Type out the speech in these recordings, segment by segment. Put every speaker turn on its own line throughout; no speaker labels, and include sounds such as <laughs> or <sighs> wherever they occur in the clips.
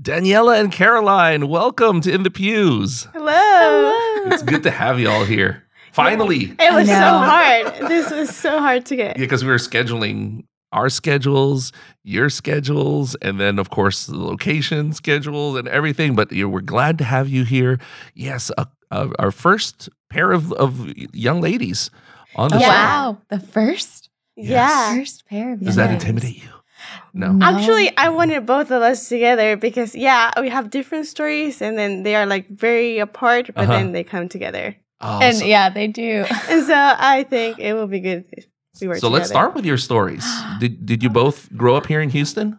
Daniela and Caroline, welcome to In the Pews.
Hello.
<laughs> It's good to have you all here. Finally.
It was so
I
hard. This was so hard to get.
Yeah, because we were scheduling our schedules, your schedules, and then, of course, the location schedules and everything. But you know, we're glad to have you here. Yes, uh, uh, our first pair of, of young ladies on the
Oh,
Yeah.
show.
wow. The first?
Yeah.
First pair of
Does
young
that
ladies.
intimidate you? No.
Actually, I wanted both of us together because, yeah, we have different stories and then they are like very apart, but
Uh-huh.
then they come together.
Oh,
And
so-
yeah, they do.
And so I think it will be good if we were
so let's
together.
start with your stories. Did, did you both grow up here in Houston?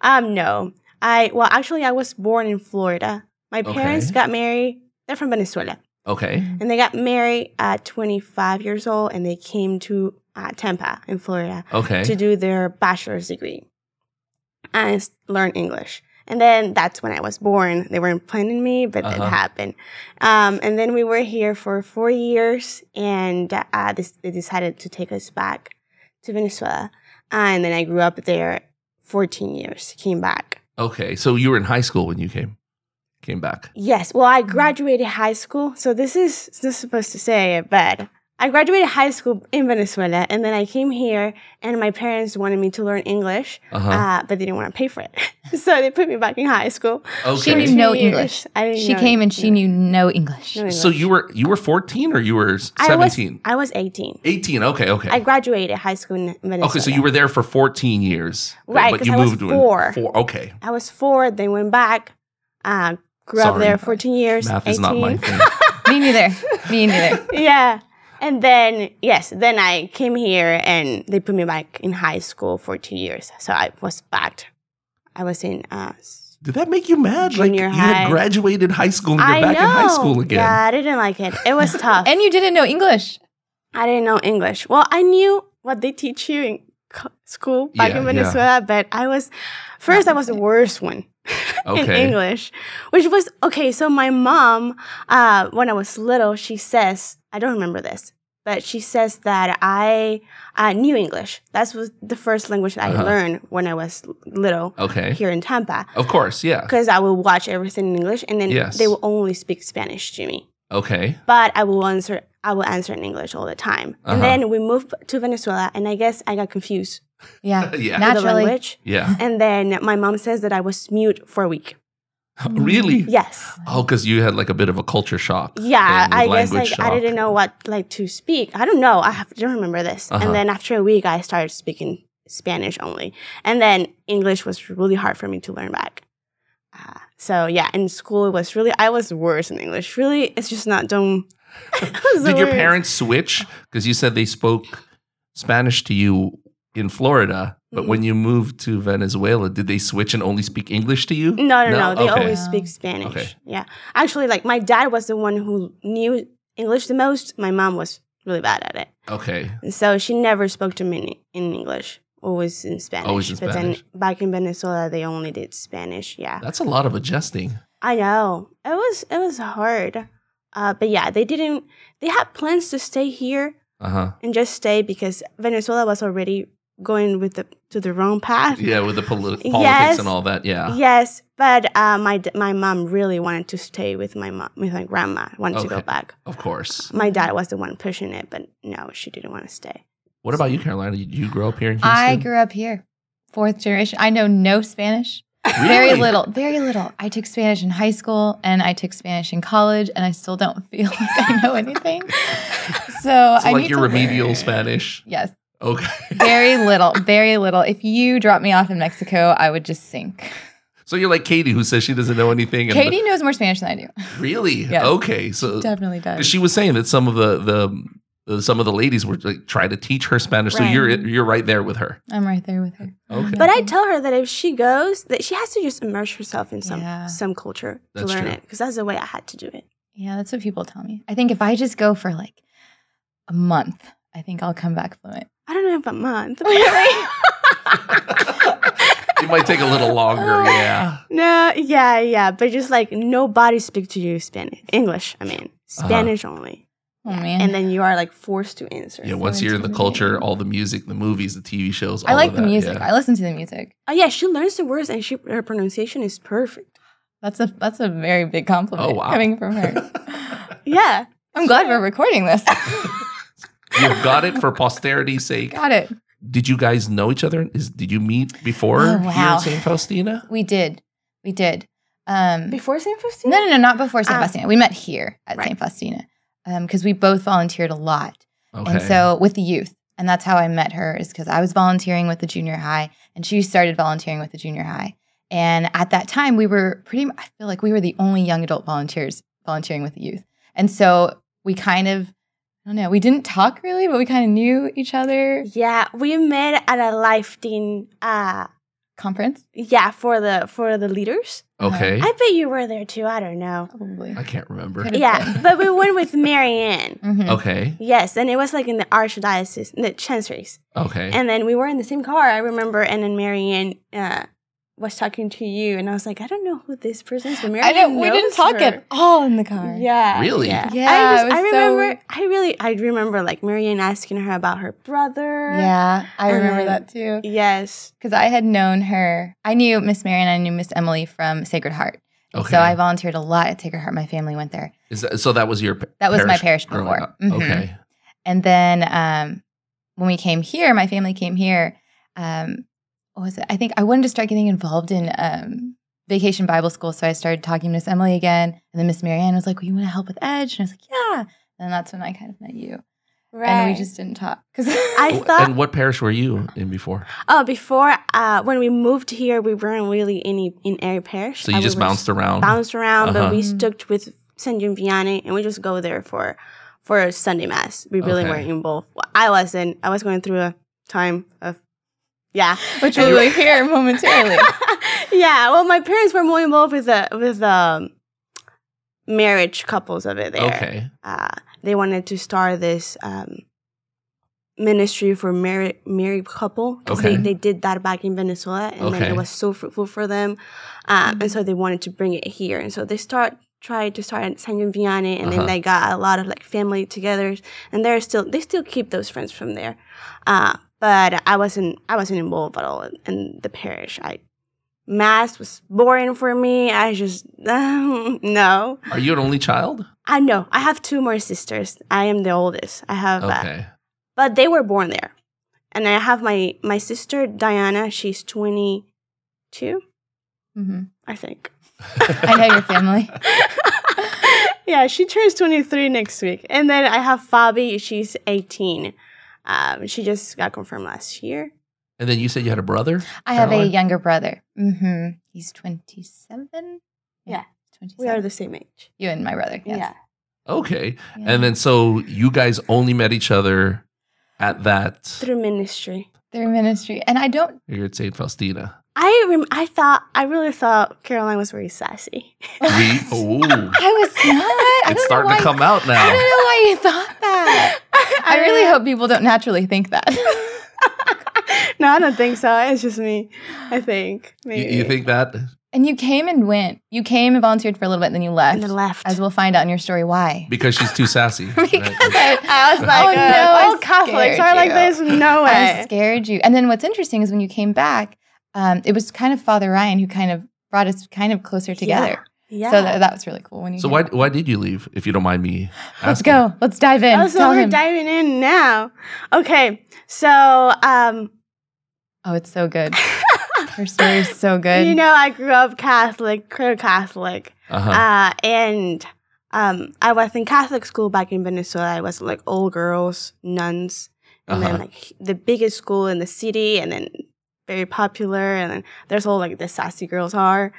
Um, no. I, well, actually, I was born in Florida. My parents
Okay.
got married. They're from Venezuela.
Okay.
And they got married at 25 years old and they came to uh, Tampa in Florida.
Okay.
to do their bachelor's degree and s- learn English. And then that's when I was born. They weren't planning me, but it
Uh-huh.
happened. Um, and then we were here for four years, and uh, this, they decided to take us back to Venezuela. Uh, and then I grew up there 14 years, came back.
Okay, so you were in high school when you came came back.
Yes, well,
Mm-hmm.
I graduated high school. So this is not supposed to say it, but I graduated high school in Venezuela, and then I came here, and my parents wanted me to learn English.
Uh-huh.
uh, but they didn't want to pay for it. <laughs> so they put me back in high school.
She
Uh-huh. okay.
knew
Two
no
years.
English.
I didn't
She
know
came and
it.
she knew no English.
No English.
So you were you were 14 or you were
I was,
17?
I was 18.
18. Okay, okay.
I graduated high school in Venezuela.
okay, so you were there for 14 years. but-
Right,
but
'cause
you
I was
moved
four.
when four. Okay.
I was four, then went back, uh, grew up
Sorry.
there 14 years.
Math is not my
18.
thing.
Me neither. Me <laughs> neither.
<laughs> yeah. And then, yes, then I came here and they put me back in high school for two years. So I was back. I was in. Uh, s-
Did that make you mad? Like you
Junior
had
high.
graduated high school and you're
I
back in high
know.
school again.
Yeah, I didn't like it. It
<laughs>
was tough.
And you didn't know English.
I didn't know English. Well, I knew what they teach you in co- school back
Yeah,
in
yeah.
Venezuela, but I was first I was the worst one in
Okay.
English, which was okay. So my mom, uh, when I was little, she says I don't remember this, but she says that I uh, knew English. That was the first language that
Uh-huh. Eh.
I learned when I was little
Okay.
here in Tampa.
Of course, yeah.
Because I would watch everything in English, and then
Yes.
they will only speak Spanish to me
Okay. <laughs>
but I will answer I will answer in English all the time.
Uh-huh.
And then we moved to Venezuela and I guess I got confused
<laughs>
Yeah.
Yeah.
with the
Naturally.
language.
Yeah. <laughs>
And then my mom says that I was mute for a week.
really?
Yes.
Oh, cuz you had like a bit of a culture shock.
Yeah,
thing with
I guess like
language
I
shock.
didn't know what like to speak. I don't know. I have, don't remember this.
Uh-huh.
And then after a week I started speaking Spanish only. And then English was really hard for me to learn back. Uh, so yeah, in school it was really I was worse in English. Really, it's just not <laughs> dumb.
Did your parents switch? Because you said they spoke Spanish to you in Florida, but
Mhm.
Mm-hmm.
when you moved to Venezuela, did they switch and only speak English to
Mm.
you?
No, no,
No?
no. They
Okay.
always
Wow.
speak Spanish.
Okay.
Yeah. Actually, like my dad was the one who knew English the most. My mom was really bad at it.
Okay.
And so she never spoke to me in in English, always in Spanish.
Always in
but
Spanish.
then back in Venezuela, they only did Spanish. Yeah.
That's a lot of adjusting.
I know. It was it was hard. Uh, but yeah, they didn't they had plans to stay here
Uh huh.
and just stay because Venezuela was already going with the to the wrong
Uh,
path.
Yeah, with the poli- politics
Yes.
and all that. Yeah.
Yes, but uh, my d- my mom really wanted to stay with my mom with my grandma. Wanted to go
Okay.
back.
Of course.
My dad was the one pushing it, but no, she didn't want to stay.
What about you, Carolina? Did you grow up here in Houston?
I grew up here, fourth generation. I know no Spanish.
really?
Very little. Very little. I took Spanish in high school and I took Spanish in college, and I still don't <laughs> feel like I know
<laughs>
anything. So,
So
I
like
need
your
to
remedial
learn.
Spanish.
Yes.
Okay. <laughs>
Very little. Very little. If you dropped me off in Mexico, I would just sink.
So you're like Katie, who says she doesn't know anything. and-
Katie knows more Spanish than I do.
Really?
Yes.
Okay. So
Definitely does.
Uh, she was saying that some of the the uh, some of the ladies were like trying to teach her Spanish. So
Right.
you're you're right there with
<laughs>
her.
I'm right there with her.
Okay.
But I tell her that if she goes, that she has to just immerse herself in some
Yeah.
some culture
That's
to learn
true.
it, because that's the way I had to do it.
Yeah, that's what people tell me. I think if I just go for like a month, I think I'll come back fluent.
I don't know if a month.
it might take a little
Oh.
longer. Yeah.
<laughs> no, yeah, yeah, but just like nobody speak to you Spanish, English. I mean, Spanish only.
Oh man.
and then you are like forced to answer.
Yeah,
so
once you're in the
intimidating.
culture, all the music, the movies, the TV shows, all
I like
of
the
that,
music.
yeah.
I listen to the music.
Oh yeah, she learns the words and she her pronunciation is perfect.
That's a that's a very big compliment
Oh, wow.
coming
<laughs>
from her.
Yeah.
I'm glad we're recording this. <laughs>
You've got it for posterity's sake.
Got it.
Did you guys know each other? Is did you meet before
Oh,
here
wow.
in St. Faustina?
We did. We did. Um,
Before San Francisco?
no, no, no, not before St.
Ah.
Faustina. We met here at
Right.
St. Faustina because we both volunteered a lot.
Okay.
And so with the youth. And that's how I met her is because I was volunteering with the junior high and she started volunteering with the junior high. And at that time, we were pretty, mu- I feel like we were the only young adult volunteers volunteering with the youth. And so we kind of, I don't know, we didn't talk really, but we kind of knew each other.
Yeah, we met at a live team uh
Conference?
yeah, for the for the leaders.
uh,
okay.
I bet you were there too, I don't know.
Probably.
I can't remember.
Could have
Yeah,
been.
but we went with Marianne.
Mhm.
Okay.
Yes, and it was like in the archdiocese, the chanceries.
Okay.
And then we were in the same car, I remember, and then Marianne uh was talking to you and I was like, I don't know who this person is, but Marianne
I didn't, we didn't
knows
talk
her.
at all in the car.
Yeah.
Really?
Yeah.
Yeah,
I,
it
just,
was
I
so-
remember. I really. I remember like Marianne asking her about her brother.
Yeah, I
And
remember
then-
that too.
Yes.
Because I had known her. I knew Miss Mary and I knew Miss Emily from Sacred Heart.
okay.
So I volunteered a lot at Sacred Heart. My family went there.
Is that, so that was your pa-
That was my parish
growing
before.
up.
Mhm.
Okay.
And then um, when we came here, my family came here. Um, what was it? I think I wanted to start getting involved in um, vacation Bible school. So I started talking to Miss Emily again. And then Miss Marianne was like, Well, you want to help with Edge? And I was like, Yeah. And that's when I kind of met you.
Right.
And we just didn't talk. <laughs> Because
I
W-
thought.
Oh, and what parish were you in before?
oh, before uh, when we moved here, we weren't really any in air parish.
So you
Uh, we
just
were
bounced around.
bounced around, but we
Uh-huh.
stuck with San Giuliani, and we just go there for for Sunday mass. We really
Okay.
weren't involved. Well, I wasn't. I was going through a time of. Yeah,
which we will hear
<laughs>
momentarily.
yeah. Well, my parents were more involved with the with the marriage couples of it there.
Okay.
uh, they wanted to start this um, ministry for married married couple 'cause
Okay.
they, they did that back in Venezuela and then
Okay.
it was so fruitful for them, um, and so they wanted to bring it here, and so they start tried to start at San Viviane, and
Uh-huh.
then they got a lot of like family togethers, and they're still they still keep those friends from there, uh, but I wasn't I wasn't involved at all in, in the parish. I mass was boring for me. I just <laughs> no.
Are you an only
<laughs>
child?
I know. I have two more sisters. I am the oldest. I have, uh,
Okay.
but they were born there, and I have my my sister Diana. She's twenty two,
hmm
I think. <laughs>
I know your family.
yeah, she turns twenty three next week, and then I have Fabi. She's eighteen. Um, she just got confirmed last year.
<laughs> and then you said you had a brother.
I have a
Caroline?
younger brother. hmm He's 27.
Yeah. We
27.
are the same age.
you and my brother. yes.
Yeah.
Okay.
Yeah.
And then so you guys only met each other at that.
Through ministry,
through ministry. And I don't.
You're at St.
<laughs>
Faustina.
I rem- I thought I really thought Caroline was very sassy.
<laughs> We, oh,
<laughs> I
<laughs>
was not. I don't
it's
know
starting
why-
to come out
I don't know
now.
why you thought
<laughs>
that. Ah. I really hope people don't naturally think that.
<laughs> no, I don't think so. It's just me. I think.
You,
Maybe.
you think that?
and you came and went. You came and volunteered for a little bit, and then you left.
And then left.
<laughs> As we'll find out in your story why.
Because she's too
<laughs>
sassy. right?
Because I-
I was
Oh,
like,
no,
uh,
I
all Catholics
scared
are like
you.
this. No
I
way.
scared you. And then what's interesting is when you came back, um, it was kind of Father Ryan who kind of brought us kind of closer together.
Yeah.
So that, that was really cool when you
So
came
why
back.
why did you leave? If you don't mind me
Let's
asking.
go. Let's dive in.
Oh, so
Tell
we're
him.
diving in now. Okay. So, um, <laughs>
oh, it's so good. Her story is so good.
you know, I grew up Catholic, clear Catholic.
Uh-huh.
Uh, and um, I was in Catholic school back in Venezuela. I was like all girls, nuns, and
Uh-huh.
then like the biggest school in the city, and then very popular. And then there's all like the sassy
<gasps>
girls are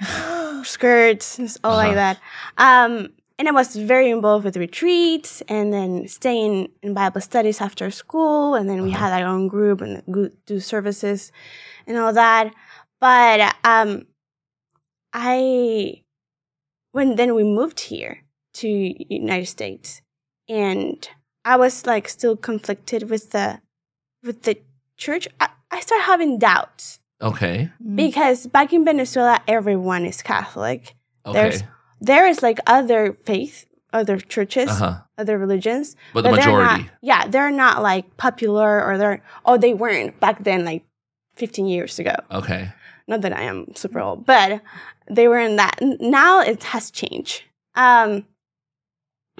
skirts, and all
Uh-huh.
like that. Um, and I was very involved with retreats, and then staying in Bible studies after school, and then we
Uh-huh.
had our own group and go- do services and all that. But um, I when then we moved here to United States, and I was like still conflicted with the with the church. I, I started having doubts
okay.
Mm.
because back in Venezuela, everyone is Catholic.
Okay.
There's- There is like other faith other churches,
Uh huh.
other religions.
But the
they're
majority.
Not, yeah, they're not like popular or they're, oh, they weren't back then, like 15 years ago.
Okay.
Not that I am super old, but they were in that. N- Now it has changed. Um,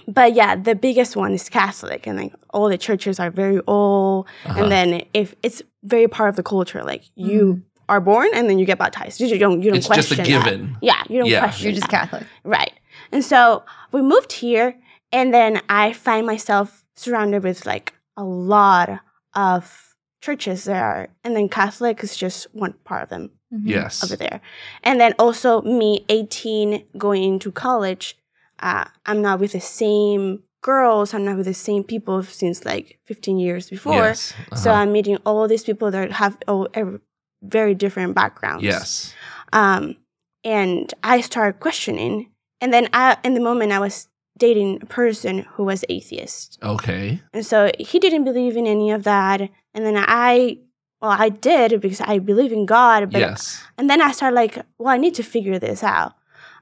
but yeah, the biggest one is Catholic, and like all the churches are very old.
Uh-huh.
And then if it's very part of the culture, like you are born and then you get baptized. You ju- don't, you don't
it's just
question
a
That.
Mm-hmm.
given.
Yeah, you don't
Yeah.
question.
You're just
that.
Catholic.
Right. And so we moved here, and then I find myself surrounded with like a lot of churches there are, and then Catholic is just one part of them
Mm-hmm.
Yes.
over there. And then also me, 18, going into college, uh, I'm not with the same girls, I'm not with the same people since like 15 years before.
Yes.
So
Uh-huh.
I'm meeting all these people that have all, ev- very different backgrounds
yes.
um, and I started questioning. And then I, in the moment, I was dating a person who was atheist,
Okay.
and so he didn't believe in any of that. And then I, well, I did because I believe in God. But uh,
yes.
and then I started like, well, I need to figure this out.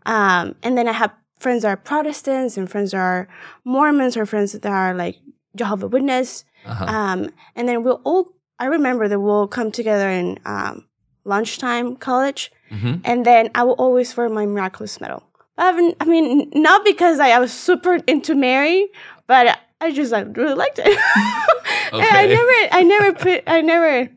Um, and then I have friends that are Protestants and friends that are Mormons or friends that are like Jehovah Witness.
Uh-huh.
Um, and then we'll all, I remember that we'll come together in um, lunchtime college
hmm
and then I will always wear my miraculous medal. I haven't, I mean, n- not because I, I was super into Mary, but I just like really liked it. <laughs> And I
Okay.
never, I never put, I never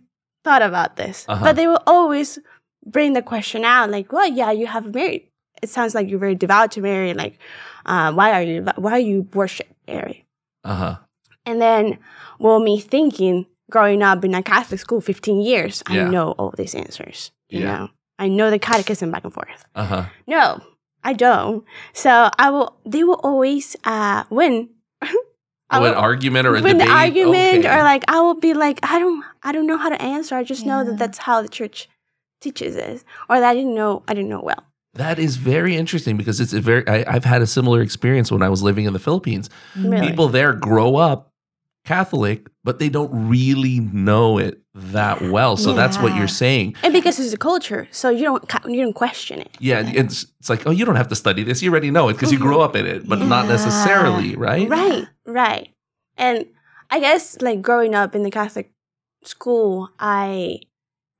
thought about this.
Uh-huh.
But they will always bring the question out, like, "Well, yeah, you have Mary. It sounds like you're very devout to Mary. Like, uh, why are you, why you worship Mary?"
Uh-huh.
And then, well, me thinking, growing up in a Catholic school, 15 years,
Yeah.
I know all these answers. You
Yeah.
know, I know the catechism back and forth.
Uh-huh.
No, I don't. So I will. They will always uh, win. <laughs> I
Oh, an
will
argument or a
win the
debate?
argument,
Okay.
or like I will be like, I don't, I don't know how to answer. I just know
Yeah.
that that's how the church teaches us, or that I didn't know, I didn't know well.
That is very interesting because it's a very. I, I've had a similar experience when I was living in the Philippines.
Mm-hmm.
Really?
People there grow up Catholic, but they don't really know it that well. So that's what
Yeah.
you're saying.
And because it's a culture, so you don't, ca- you don't question it.
Yeah, it's it's like oh, you don't have to study this. You already know it because you grew up in it, but not
Yeah.
necessarily, right?
Right, <laughs> right. And I guess like growing up in the Catholic school, I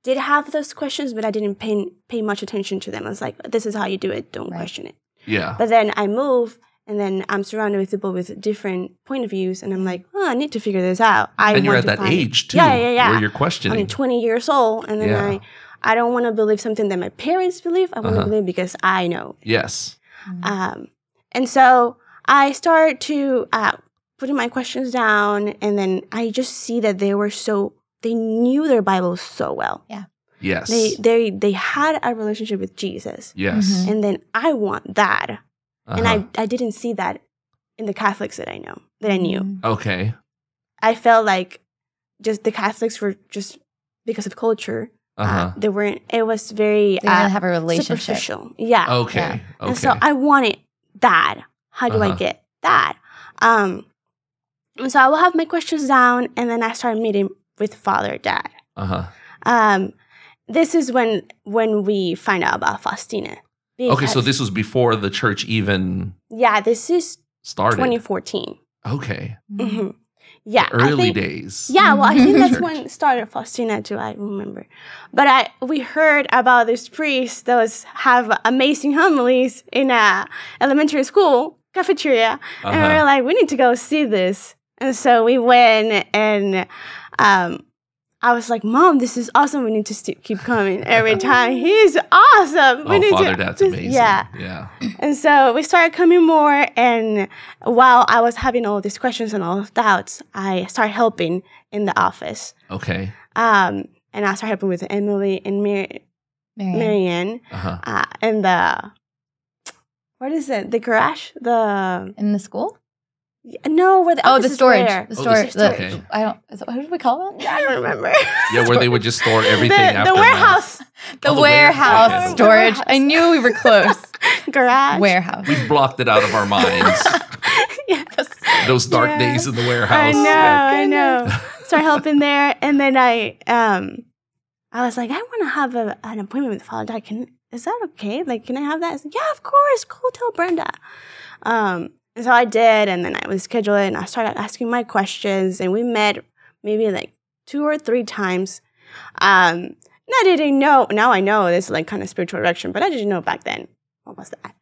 did have those questions, but I didn't pay pay much attention to them. I was like, this is how you do it. Don't
Right.
question it.
Yeah.
But then I move, and then I'm surrounded with people with different point of views, and I'm like, oh, I need to figure this out. I
and you're
want
at
to
that
find-
age too,
Yeah, yeah, yeah.
where you're
I'm
questioning.
20 years old, and then
Yeah.
I. I don't want to believe something that my parents believe. I want
Uh-huh.
to believe because I know
yes.
Mm-hmm.
um, and so I start to uh, putting my questions down, and then I just see that they were so they knew their Bible so well.
Yes.
They they they had a relationship with Jesus,
yes.
Mhm.
and then I want that, Mm-hmm. and
Uh-huh.
I I didn't see that in the Catholics that I know that I knew.
Mm.
Mm-hmm.
Uh-huh. Okay.
I felt like just the Catholics were just because of culture.
Uh huh.
they weren't. It was very
They don't
uh,
have a relationship.
superficial. Yeah.
okay.
yeah.
Oh, Okay.
And so I wanted that. How do
Uh-huh.
I get that? Um, and so I will have my questions down, and then I start meeting with father, dad.
uh huh.
Um, this is when when we find out about Faustina.
Okay. So
Because-
this was before the church even
yeah, this is
started.
2014.
okay.
Mm-hmm.
hmm Yeah, I
Early
think-
days.
Yeah, well, I think
<laughs>
that's
Church.
when it started Faustina too. I remember, but I we heard about this priest that was have amazing homilies in a elementary school cafeteria, and we
Uh-huh.
were like, we need to go see this. And so we went, and um, I was like, Mom, this is awesome. We need to st- keep coming
<laughs>
every time. He's awesome. We
Oh,
need
Father,
to-
that's
just-
amazing.
Yeah.
Yeah.
And so we started coming more. And while I was having all these questions and all those doubts, I started helping in the office.
Okay.
Um, and I started helping with Emily and Mar-
Marianne.
Marianne
Uh
<laughs>
huh.
uh, and the, what is it? The garage? The,
In the school?
no, where the
Oh, the
office is
storage.
where.
The
Oh, the
storage. the-
storage.
I don't. Is it, what did we call it?
I don't remember.
Yeah, where they
<laughs>
would just store everything.
the,
after
the warehouse <laughs>
The
Oh, the
warehouse
warehouse.
storage. I
Warehouse.
knew we
<laughs>
were close.
garage. <laughs>
warehouse.
We've blocked it out of our minds.
yes.
Those dark
Yeah.
days in the
I
warehouse.
know,
Yeah.
I know. <laughs> So I help in there, and then I, um, I was like, I want to have a, an appointment with Father Dad. Can is that okay? Like, can I have that? I was like, yeah, of course. Cool. Tell Brenda. Um, And so I did, and then I was scheduled, and I started asking my questions, and we met maybe like two or three times. Um, and I didn't know. Now I know this is like kind of spiritual direction, but I didn't know back then. What was that?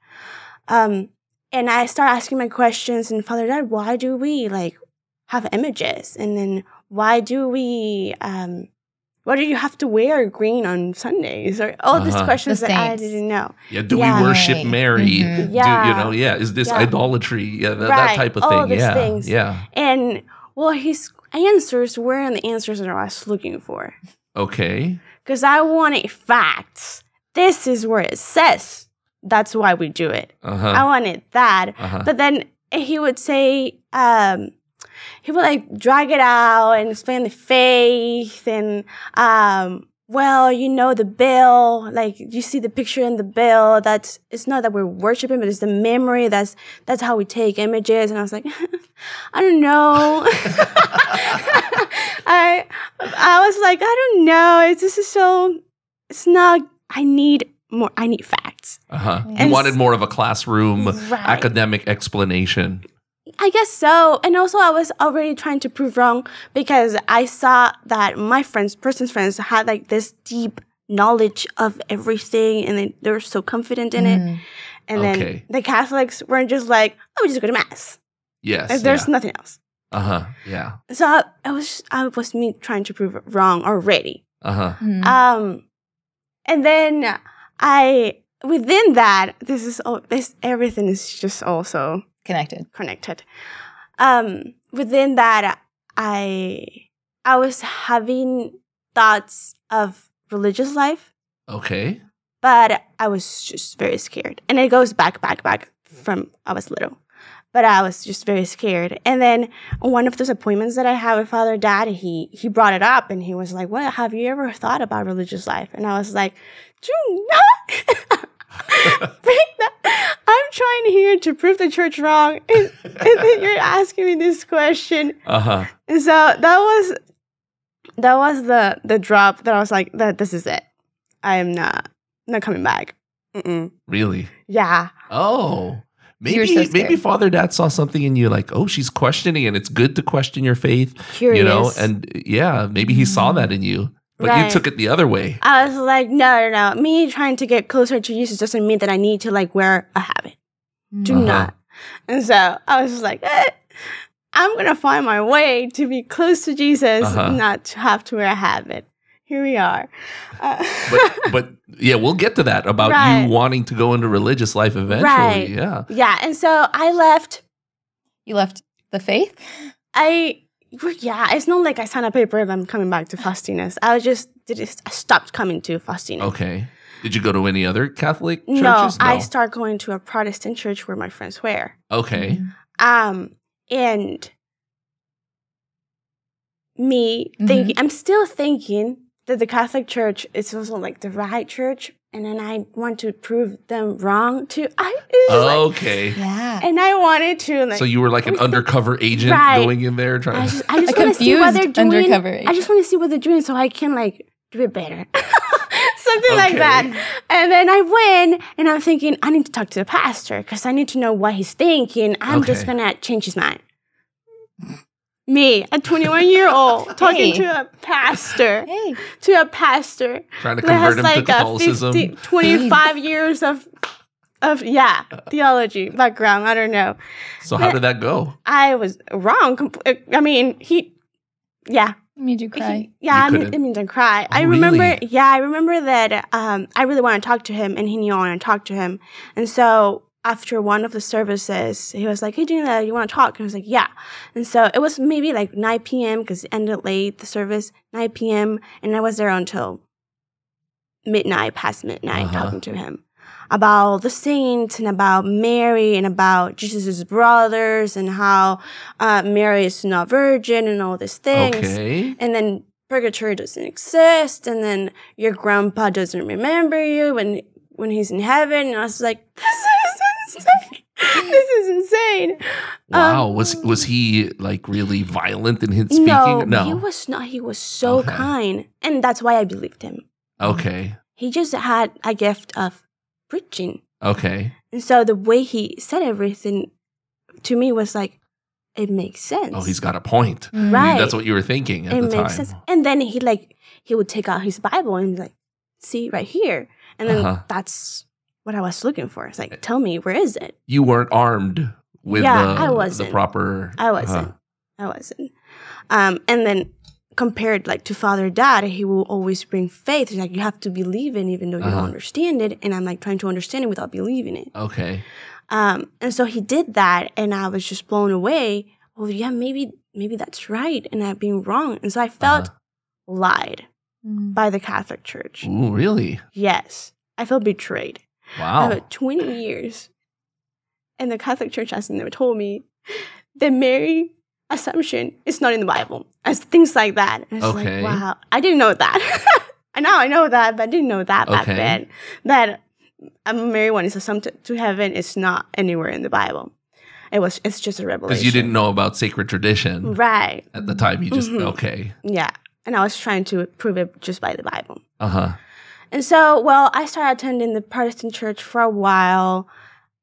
Um, and I started asking my questions, and Father Dad, why do we like have images? And then why do we? Um, why do you have to wear green on Sundays? Or all these
Uh-huh.
questions
The
that I
saints.
didn't know.
Yeah, do
Yeah.
we worship
Right.
Mary?
Mhm.
Do, you
Yeah.
know, yeah, is this
Yeah.
idolatry? Yeah, that, that
Right.
type of
All
thing.
these
yeah,
things.
yeah.
And well, his answers weren't the answers that I was looking for
Okay.
because I wanted facts. This is where it says. That's why we do it.
Uh
I
huh.
wanted that.
Uh huh.
But then he would say, um, he would like drag it out and explain the faith and, um, well, you know the bill, like you see the picture in the bill. That's it's not that we're worshiping, but it's the memory. That's that's how we take images. And I was like, <laughs> I don't know. <laughs> I I was like, I don't know. It's, this is so. It's not. I need more. I need facts.
Uh huh. You
And-
wanted more of a classroom
Right.
academic explanation.
I guess so. And also, I was already trying to prove wrong because I saw that my friends, person's friends, had like this deep knowledge of everything and they, they were so confident in it.
Mm.
And
Okay.
then the Catholics weren't just like, oh, we just go to Mass.
Yes.
Like, there's nothing else.
yeah. Uh huh. Yeah.
So I, I was I was me trying to prove it wrong already.
Uh huh.
Mm.
Um, and then I within that this is all this everything is just also
Connected.
connected. Um, within that, I I was having thoughts of religious life, <laughs>
Okay.
but I was just very scared. And it goes back, back, back from I was little. But I was just very scared. And then one of those appointments that I had with Father Dad, he he brought it up and he was like, What have you ever thought about religious life? And I was like, Do not <laughs> bring that. I'm trying here to prove the church wrong. <laughs> And and
<laughs>
then you're asking me this question.
Uh huh.
And so that was that was the the drop that I was like, that this is it. I am not not coming back. Mm-mm.
Really?
Yeah,
Oh.
You're
Maybe
so
maybe
scared.
father dad saw something in you like, oh, she's questioning and it's good to question your faith.
curious.
You know, and yeah, maybe he saw
Mm.
that in you. But you
Right.
took it the other way.
I was like, no, no, no. Me trying to get closer to Jesus doesn't mean that I need to like wear a habit. Do
Mm-hmm.
Uh-huh.
not. And so I was just like, eh, I'm gonna find my way to be close to Jesus,
Uh-huh.
not to have to wear a habit. Here we are. Uh,
but but yeah, we'll get to that about
Right.
you wanting to go into religious life eventually.
Right.
Yeah.
<laughs> yeah, and so I left
You left the faith.
I well, yeah, it's not like I signed a paper and I'm
<laughs>
coming back to Faustinus. I just did it, I stopped coming to Faustinus.
Okay. Did you go to any other Catholic
No,
churches?
I started going to a Protestant church where my friends were.
Mm-hmm.
okay.
Um, and me
Mm-hmm.
thinking, I'm still thinking that the Catholic Church is also like the right church, and then I want to prove them wrong too. I it's just like-
Okay.
Yeah.
and I wanted to <laughs> like
Oh. so you were like an
<laughs> we think-
undercover agent
Right.
going in there
I
trying
just I
a <laughs>
just want to
confused
see what they're doing.
undercover.
I
agent.
just want to see what they're doing so I can like do it better. <laughs> Something like
Okay.
that. And then I win and I'm thinking, I need to talk to the pastor because I need to know what he's thinking. I'm just
Okay.
gonna change his mind. Me, a 21 year
<laughs>
old, talking
Hey.
to a pastor,
hey.
to a pastor
<laughs> trying to
that
convert
has
him to
like a
Catholicism.
50, 25 years of, of yeah, theology background. I don't know.
so how did that go?
I was wrong. compl- I mean, he, yeah,
Made you cry.
he- yeah, I
You
mean,
couldn't-
I mean, don't cry. I
Oh,
remember,
really?
yeah, I remember that um, I really wanted to talk to him, and he knew I wanted to talk to him. And so after one of the services, he was like, "Hey, Gina, you want to talk?" And I was like, "Yeah." And so it was maybe like 9 p.m. because it ended late the service, 9 p.m., and I was there until midnight, past midnight,
Uh-huh.
talking to him about the saints and about Mary and about Jesus' brothers and how uh, Mary is not virgin and all these things
Okay.
and then purgatory doesn't exist and then your grandpa doesn't remember you when when he's in heaven and i was like <laughs> this is insane this is insane
Wow.
Um,
was was he like really violent in his speaking?
no, he was not he was so
Okay.
kind and that's why i believed him
okay.
he just had a gift of preaching
Okay.
and so the way he said everything to me was like, it makes sense.
Oh, he's got a point.
Mm.
Right.
That's what you were thinking at
it
the
makes
time.
sense. And then he like he would take out his Bible and be like, see right here. And then
Uh-huh. Eh.
that's what I was looking for. It's like, tell me where is it?
You weren't armed with
Yeah,
the,
I
the
wasn't.
proper.
I wasn't.
uh,
I wasn't. Um, and then compared like to Father Dad, he will always bring faith. He's like, you have to believe in even though you
Uh-huh.
don't understand it. And I'm like trying to understand it without believing it.
okay.
Um, and so he did that, and I was just blown away. Oh yeah, maybe maybe that's right, and I've been wrong. And so I felt
Uh-huh.
lied
Mm.
by the Catholic Church.
Ooh, really?
Yes, I felt betrayed. I
Wow.
had 20 years, and the Catholic Church has never told me that Mary Assumption is not in the Bible, as things like that. And it's
Okay.
like, wow, I didn't know that. <laughs> And now I know that, but I didn't know that back
Okay.
then. That a Mary one is assumpted to heaven is not anywhere in the Bible. It was. It's just a revelation.
Because you didn't know about sacred tradition
right?
at the time. You just
Mhm.
okay.
Yeah, and I was trying to prove it just by the Bible.
Uh huh.
And so, well, I started attending the Protestant church for a while.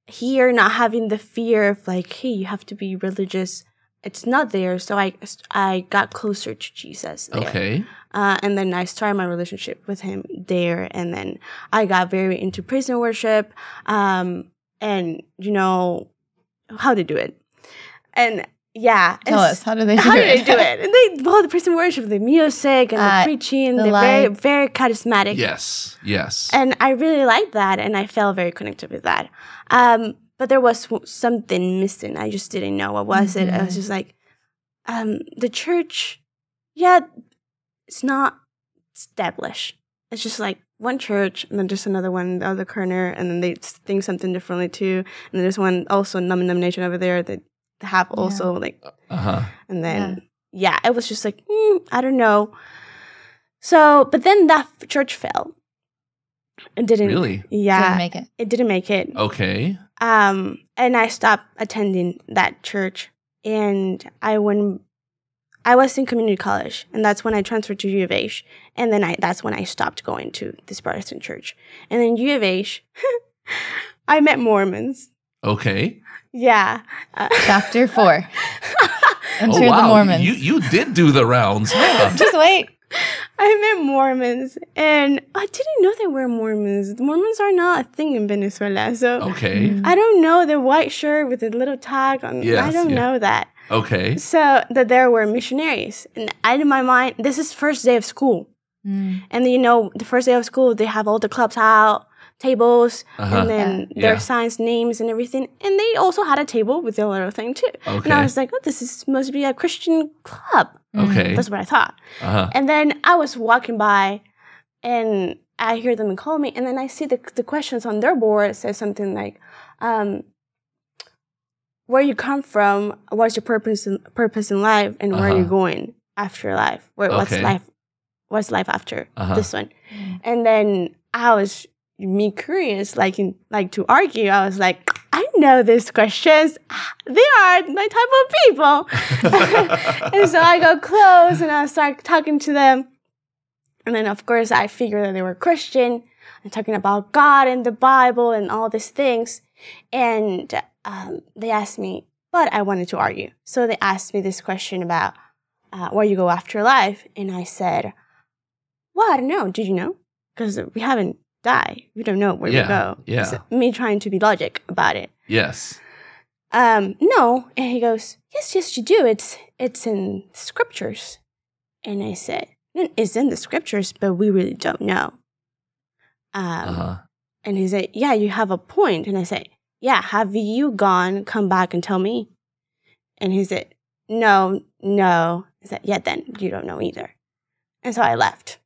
Here, not having the fear of like, hey, you have to be religious. It's not there. So I, I got closer to Jesus. There.
Okay.
Uh, and then I started my relationship with him there. And then I got very into prison worship. Um, and you know how they do it. And yeah,
Tell
it's-
us, how do they
<laughs>
do
how do
it? <laughs>
they do it? And they well, the prison worship, the music, and
Uh,
the preaching.
the
they're very,
lights.
very charismatic.
Yes. Yes.
And I really liked that, and I felt very connected with that. Um, but there was w- something missing. I just didn't know what was it. I was
Mhm.
just like, um, the church, yeah, it's not established. It's just like one church, and then just another one in the other corner, and then they s- think something differently too. And then there's one also nomination over there that have
Yeah.
also like
uh huh.
and then, yeah, it was just like, mm, I don't know. So, but then that f- church fell. It didn't.
Really? Oh.
Yeah.
Didn't make it.
it didn't make it.
Okay.
Um, and I stopped attending that church. And I went, I was in community college. And that's when I transferred to U of H. And then I, that's when I stopped going to this Protestant church. And then U of H, <laughs> I met Mormons.
Okay.
Yeah. Uh,
Chapter
<laughs>
four. I'm
oh
sure
wow.
the Mormons. <laughs>
You you did do the
<laughs>
rounds. huh?
Just wait.
I met Mormons, and I didn't know there were Mormons. Mormons are not a thing in Venezuela, so
okay.
I don't know the white shirt with the little tag on. I
Oh. Yes,
don't
yeah.
know that.
Okay.
So that there were missionaries, and I, in my mind, this is first day of school,
Mm.
and you know, the first day of school, they have all the clubs out, tables, and
Uh-huh.
then
Yeah.
their
Yeah.
signs, names, and everything. And they also had a table with their little thing too. And I
Okay.
was like, oh, this is must be a Christian club.
Okay.
That's what I thought.
Uh
<laughs>
huh.
And then I was walking by and I hear them call me. And then I see the, the questions on their board. It says something like, um, where you come from, what's your purpose in, purpose in life, and where are you
Uh-huh.
going after life? Where, What's
Okay.
life? What's life after
Uh-huh.
this one? And then I was me curious, like in, like to argue. I was like, I know these questions. Ah, They are my type of people <laughs> and so I go close and I start talking to them. And then, of course, I figured that they were Christian and talking about God and the Bible and all these things. And um, they asked me, but I wanted to argue. So they asked me this question about uh, where you go after life. And I said, well, I don't know. Did you know? Because we haven't died. We don't know where
Yeah,
we go.
yeah.
So me trying to be logic about it
yes.
um no and he goes yes yes you do it's it's in scriptures and i said "No, it's in the scriptures but we really don't know um
Uh huh.
and he said yeah you have a point and i said yeah have you gone come back and tell me and he said no no i said yeah then you don't know either and so i left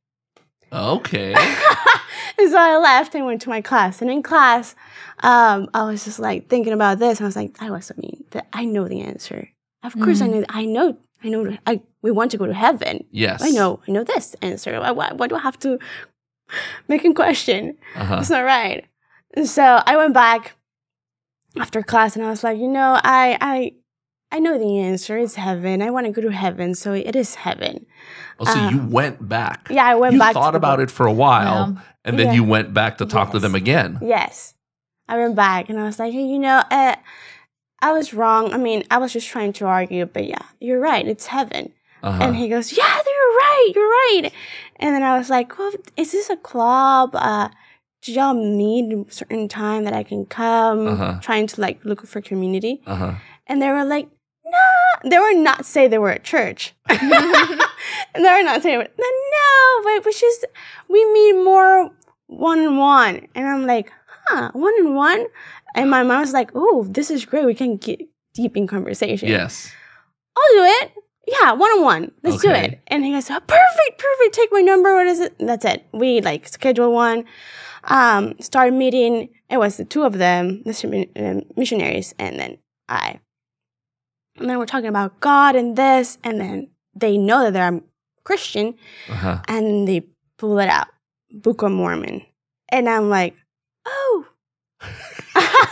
<laughs>
Okay.
and so I left and went to my class. And in class, um, I was just like thinking about this, and I was like, I was so mean that I know the answer. Of course, I
Mm.
Mhm.
know. I know. I know. I we want to go to heaven.
Yes.
I know. I know this answer. Why, why, why do I have to <laughs> make a question?
Uh huh.
It's not right. And so I went back after class, and I was like, you know, I I. I know the answer. It's heaven. I want to go to heaven, so it is heaven.
Oh, so you
uh,
went back.
Yeah, I went
you
back.
thought
to the
about
book.
it for a while,
Wow.
and then
Yeah.
you went back to talk to
Yes.
them again.
Yes. I went back and I was like, hey, you know, uh, I was wrong. I mean, I was just trying to argue, but yeah, you're right. It's heaven.
Uh-huh.
And he goes, Yeah, you're right. You're right. And then I was like, Well, is this a club? Uh, do y'all meet a certain time that I can come?
Uh-huh.
Trying to like look for community.
uh-huh.
And they were like, Nah. They were not say they were at church. <laughs> and they were not saying, No, no, but we just, we meet more one on one. And I'm like, Huh, one on one? And my mom was like, Oh, this is great. We can get deep in conversation.
Yes.
I'll do it. Yeah, one on one. Let's do
Okay.
it. And he goes, oh, perfect, perfect. Take my number. What is it? And that's it. We like schedule one, um, start meeting. It was the two of them, the mission- um, missionaries, and then I. And then we're talking about God and this, and then they know that they're um, Christian,
Uh-huh.
and they pull it out, Book of Mormon, and I'm like, oh. <laughs>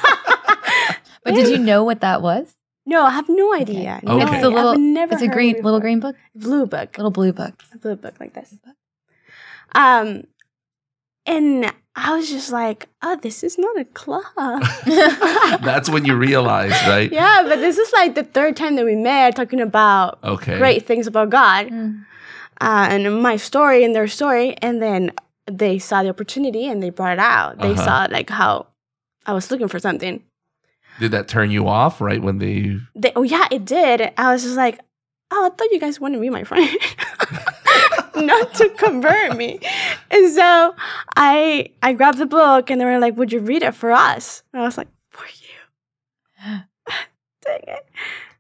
<laughs>
But did you know what that was?
no, I have no
Okay.
idea.
Okay.
No,
It's
a
I've
little-
never
it's a
heard of
green
it
little
before.
green book,
blue book.
little blue
<laughs>
book.
a blue book like this. Um, and I was just like, oh, this is not a club.
That's when you realize,
<laughs>
right?
yeah, but this is like the third time that we met talking about
Okay.
great things about God
Mm.
uh, and my story and their story. And then they saw the opportunity and they brought it out. They
Uh-huh.
saw like how I was looking for something.
Did that turn you off right when they
They, oh, yeah, it did. I was just like, oh, I thought you guys wanted to be my friend. <laughs> not to convert me. And so I I grabbed the book and they were like, Would you read it for us? And I was like, For you. <laughs> Dang it.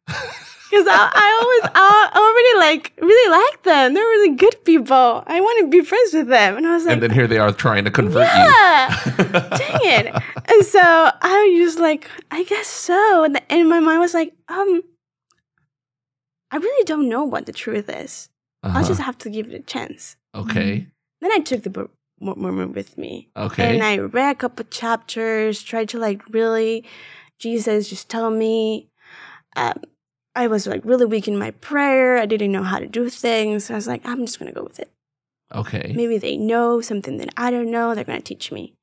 <laughs>
Because I, I always I already like really like them. They're really good people. I want to be friends with them. And I was like,
and then here they are trying to convert
Yeah.
you. <laughs> Uh-huh.
Dang it. And so I was just like, I guess so. And, and my mind was like, um, I really don't know what the truth is.
Uh-huh.
I'll just have to give it a chance.
okay.
Then I took the book Mo- Mormon with me.
Okay.
And I read a couple chapters, tried to like really, Jesus, just tell me. Um, I was like really weak in my prayer. I didn't know how to do things. I was like, I'm just going to go with it.
okay.
Maybe they know something that I don't know. They're going to teach me.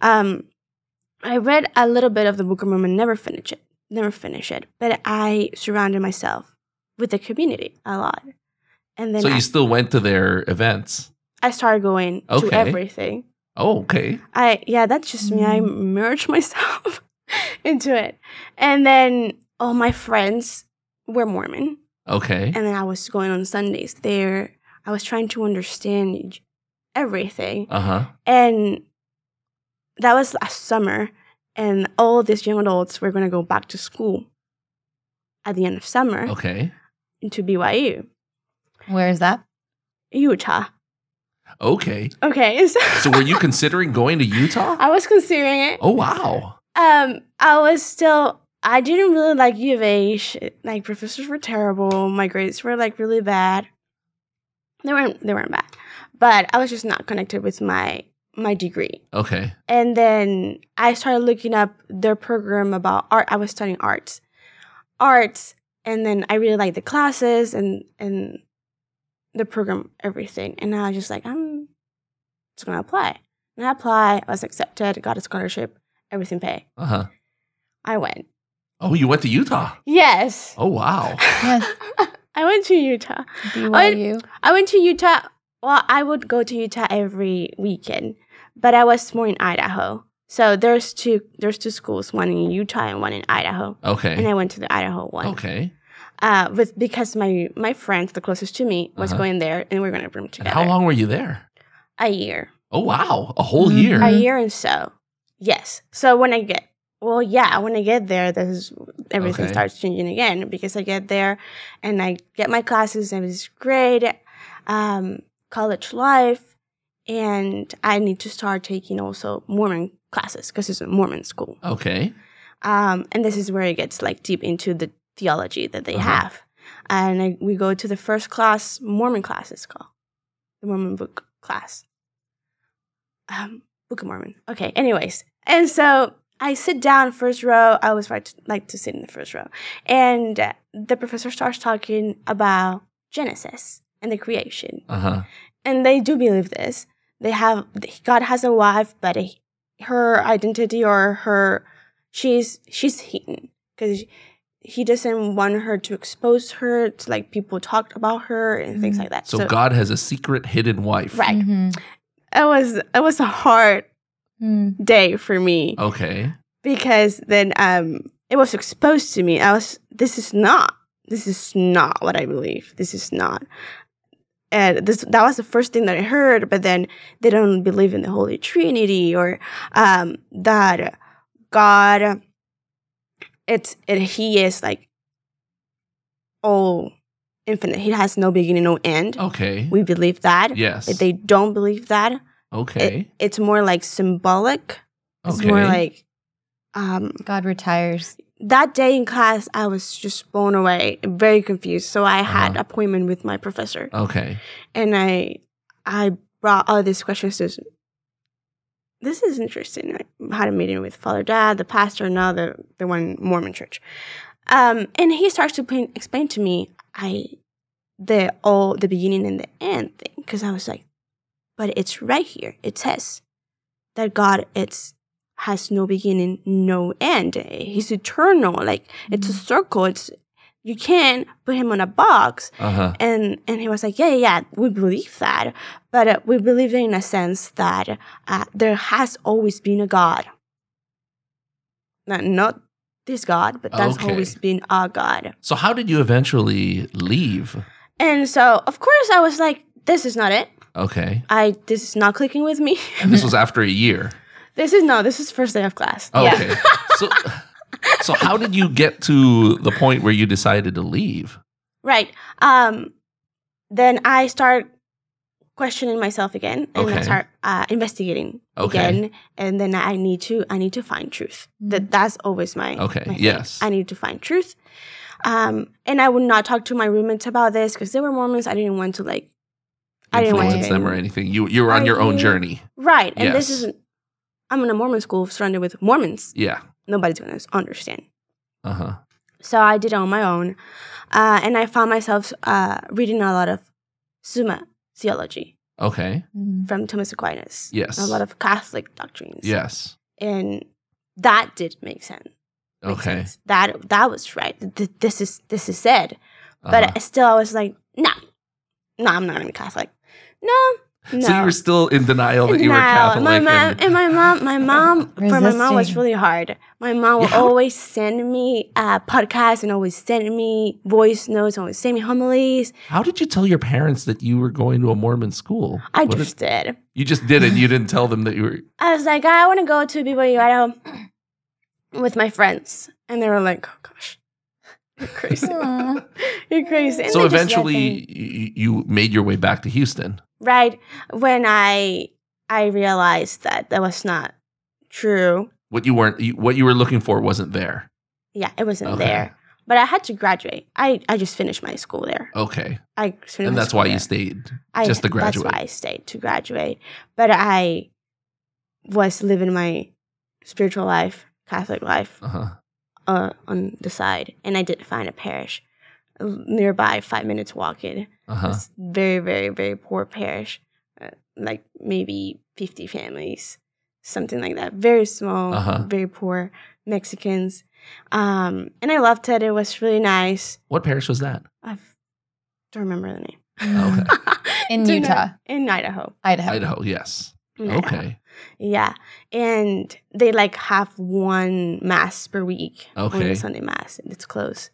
Um, I read a little bit of the Book of Mormon, never finish it, never finish it. But I surrounded myself with the community a lot. And then
so
I,
you still went to their events.
I started going
Okay.
to everything.
Oh, okay.
I yeah, that's just me. I
Mm.
merged <laughs> myself into it, and then all my friends were Mormon,
Okay.
and then I was going on Sundays there. I was trying to understand j- everything,
Uh-huh.
and that was last summer. And all these young adults were going to go back to school at the end of summer
Okay.
into BYU,
Where is that?
Utah.
Okay.
Okay, <laughs> so,
So were you considering going to Utah?
I was considering it.
Oh wow.
um, I was still. I didn't really like U of H. Like professors were terrible. My grades were like really bad. They weren't. They weren't bad, but I was just not connected with my my degree.
Okay.
And then I started looking up their program about art. I was studying arts, arts, and then I really liked the classes and and the program, everything. And I was just like, I'm just gonna apply. And I applied. I was accepted. Got a scholarship. Everything paid.
Uh-huh.
I went.
Oh, you went to Utah.
Yes.
Oh wow.
Yes,
<laughs> I went to Utah.
BYU.
I went to Utah. Well, I would go to Utah every weekend, but I was more in Idaho. So there's two there's two schools, one in Utah and one in Idaho. And
Okay.
I went to the Idaho one.
Okay.
Uh, with because my my friend, the closest to me, was
Uh-huh.
going there, and we are going to room
And
together.
how long were you there?
A year,
Oh wow. A whole
Mhm.
year.
a
Mhm.
year and so. Yes. So when I get well, yeah, when I get there, this is, everything
Okay.
starts changing again because I get there, and I get my classes, and it's great, um, college life, and I need to start taking also Mormon classes because it's a Mormon school.
Okay.
Um, and this is where it gets like deep into the theology that they
Uh-huh.
have. And I, we go to the first class, Mormon class it's called, the Mormon book class. Um, book of Mormon. Okay, anyways. And so I sit down first row. I always like to, like to sit in the first row. And uh, the professor starts talking about Genesis and the creation
Uh-huh.
and they do believe this. They have God has a wife, but he- her identity or her she's she's hidden. because he doesn't want her to expose her to like people talk about her and things
Mhm.
like that.
Mm. So, God has a secret hidden wife.
Right.
Mhm.
it was it was a hard
Mm.
day for me
Okay.
because then um it was exposed to me. I was this is not this is not what I believe. This is not. And this that was the first thing that I heard. But then they don't believe in the Holy Trinity or um that God. It's it, he is like all infinite. He has no beginning, no end.
Okay.
We believe that.
yes.
If they don't believe that,
okay.
it's more like symbolic. It's
okay.
more like um
God retires.
that day in class I was just blown away and very confused. So I had
Uh-huh.
appointment with my professor
okay.
and I I brought all these questions to s- this is interesting. I had a meeting with Father Dad, the pastor, now the, the one Mormon church. Um, and he starts to plain, explain to me I the all the beginning and the end thing because I was like, but it's right here. It says that God it's has no beginning, no end. He's eternal. Like it's a circle. It's you can't put him on a box
Uh huh.
and and he was like, yeah, yeah, yeah, we believe that, but uh, we believe in a sense that uh, there has always been a God, not not this God, but that's
Okay.
always been our God.
So, how did you eventually leave?
And so, of course, I was like, this is not it.
Okay.
I this is not clicking with me. <laughs>
And this was after a year.
this is no. This is first day of class.
Yeah.
Okay. so, so how did you get to the point where you decided to leave?
Right. Um, then I start questioning myself again, and I
Okay.
start uh, investigating
Okay.
again, and then I need to I need to find truth. That that's always my
Okay,
my thing.
yes.
I need to find truth. Um, and I would not talk to my roommates about this because they were Mormons. I didn't want to like. I didn't want
Influence
to
them or anything. You you were on
Are
your own
you-
journey.
Right, and this
Yes.
isn't. I'm in a Mormon school surrounded with Mormons.
Yeah.
Nobody's gonna understand.
Uh huh.
So I did it on my own, uh, and I found myself uh, reading a lot of Summa theology
Okay.
Mm.
from Thomas Aquinas.
Yes.
a lot of Catholic doctrines.
Yes.
and that did make sense. make
Okay.
sense. that that was right. Th- th- This is this is it. But
Uh-huh.
I still, I was like, no, no, I'm not gonna be Catholic. No, no.
So you were still in denial that you were Catholic.
My mom
and-
and my mom, my mom for my mom was
Resisting.
really hard. My mom would
Yeah.
always send me uh, podcasts and always send me voice notes, always send me homilies.
how did you tell your parents that you were going to a Mormon school?
I
What
just
did-
did.
you just did it. You didn't tell them that you
<laughs>
were.
I was like, I want to go to BYU Idaho with my friends, and they were like, oh gosh, you're
<laughs>
crazy,
Aw.
you're crazy. And
so
they just let
eventually,
them.
you, you made your way back to Houston.
right when I I realized that that was not true.
What you weren't, you, what you were looking for, wasn't there.
Yeah, it wasn't
Okay.
there. But I had to graduate. I, I just finished my school there.
Okay,
I just finished
and
my
that's
school
why you
there.
stayed.
I,
just to graduate.
That's why I stayed to graduate. But I was living my spiritual life, Catholic life,
Uh huh.
uh, on the side, and I did find a parish uh, nearby, five minutes walking.
Uh huh.
It's very, very, very poor parish, uh, like maybe 50 families, something like that. Very small,
Uh-huh.
very poor Mexicans. Um, and I loved it. It was really nice.
What parish was that?
I don't remember the name.
Okay.
<laughs>
In
Do not-
Utah.
in Idaho.
Idaho.
Idaho. Yes.
In Idaho.
Okay.
Yeah. And they like have one mass per week. only
Okay.
Sunday mass. and It's close.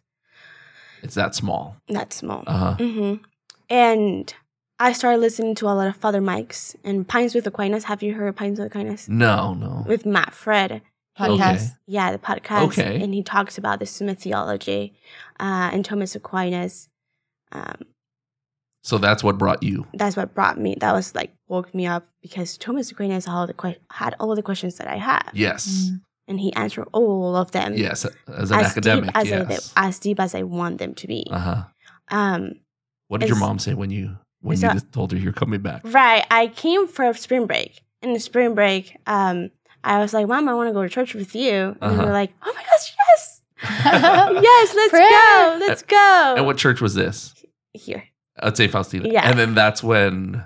It's that small.
Not small.
Uh huh.
Mm-hmm. And I started listening to a lot of Father Mike's and Pines with Aquinas. Have you heard of Pines with Aquinas?
No. No.
With Matt Fred.
Podcast.
Okay.
Yeah, the podcast.
Okay.
And he talks about the Summa theology uh, and Thomas Aquinas. Um,
So that's what brought you.
that's what brought me, that was like woke me up because Thomas Aquinas all the que- had all the questions that I had.
Yes.
Mm. <laughs>
And he answered all of them.
Yes. As an academic.
Deep Mm. as,
yes.
I, as deep as I want them to be.
Uh huh.
Um,
What did your
It's-
mom say when you when
it's
you
a-
just told her you're coming back?
Right. I came for spring break. And the spring break, um, I was like, Mom, I want to go to church with you. And we
Uh-huh.
were like, Oh my gosh, yes. <laughs>
<laughs> and
Yes, let's
Prayer.
go. Let's go.
what church was this?
Here.
At St. Faustina.
Yeah.
And then that's when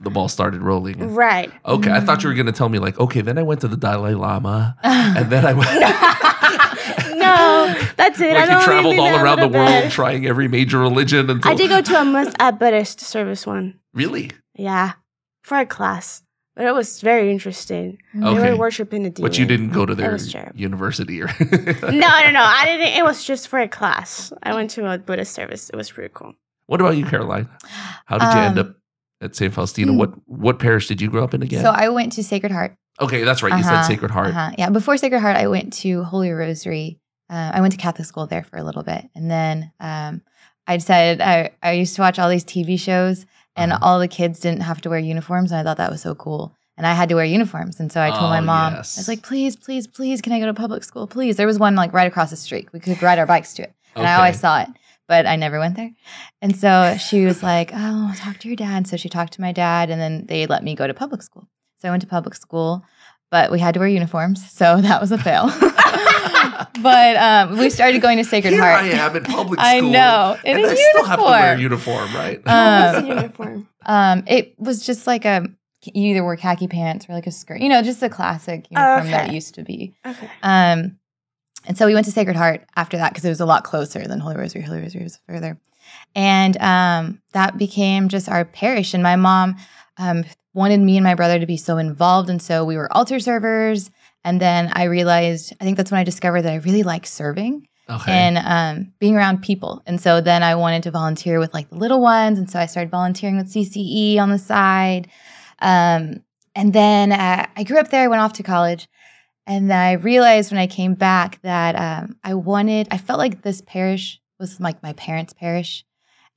the ball started rolling. <laughs>
Right. <laughs> mm.
Okay, I thought you were going to tell me like, okay, then I went to the Dalai Lama, and then I went.
<laughs>
<laughs>
no, that's it. I
like
don't
you traveled
really
all
know
around the
about
world
it.
trying every major religion until
<laughs> I did
<laughs>
go to a Mus- a Buddhist service one.
really
Yeah, for a class, but it was very interesting. They
Okay.
were worshiping the demon.
but you didn't go to their
was true.
university or
No, no, no. I didn't. It was just for a class. I went to a Buddhist service. It was pretty cool.
<laughs> what about you caroline how did you end
Um,
up at st faustina
hmm.
what what parish did you grow up in again
So I went to Sacred Heart.
okay that's right you said
Uh-huh,
sacred heart
Uh-huh. Yeah, before Sacred Heart, I went to Holy Rosary. Uh, I went to Catholic school there for a little bit, and then um, I decided I, I used to watch all these TV shows, and
Uh-huh.
all the kids didn't have to wear uniforms, and I thought that was so cool. And I had to wear uniforms, and so I told my
Oh,
mom,
yes.
I was like, "Please, please, please, can I go to public school? Please." There was one like right across the street. We could ride our bikes to it, and I always
Okay.
saw it, but I never went there. And so she was like, "Oh, talk to your dad." So she talked to my dad, and then they let me go to public school. So I went to public school, but we had to wear uniforms, so <laughs> that was a fail. but um, we started going to Sacred
Here
Heart.
I am in public
<laughs> I
school,
know it
and
is
I
uniform.
still have to wear a uniform right Uh,
What was
um,
the uniform?
um, it was just like a you either wore khaki pants or like a skirt, you know, just the classic uniform that
okay.
used to be.
Okay.
Um, and so we went to Sacred Heart after that because it was a lot closer than Holy Rosary. Holy Rosary was further. And um, that became just our parish. And my mom um, wanted me and my brother to be so involved. And so we were altar servers. And then I realized, I think that's when I discovered that I really like serving
okay
and um, being around people. And so then I wanted to volunteer with like the little ones. And so I started volunteering with CCE on the side. Um, and then uh, I grew up there. I went off to college. And then I realized when I came back that um, I wanted, I felt like this parish was like my parents' parish.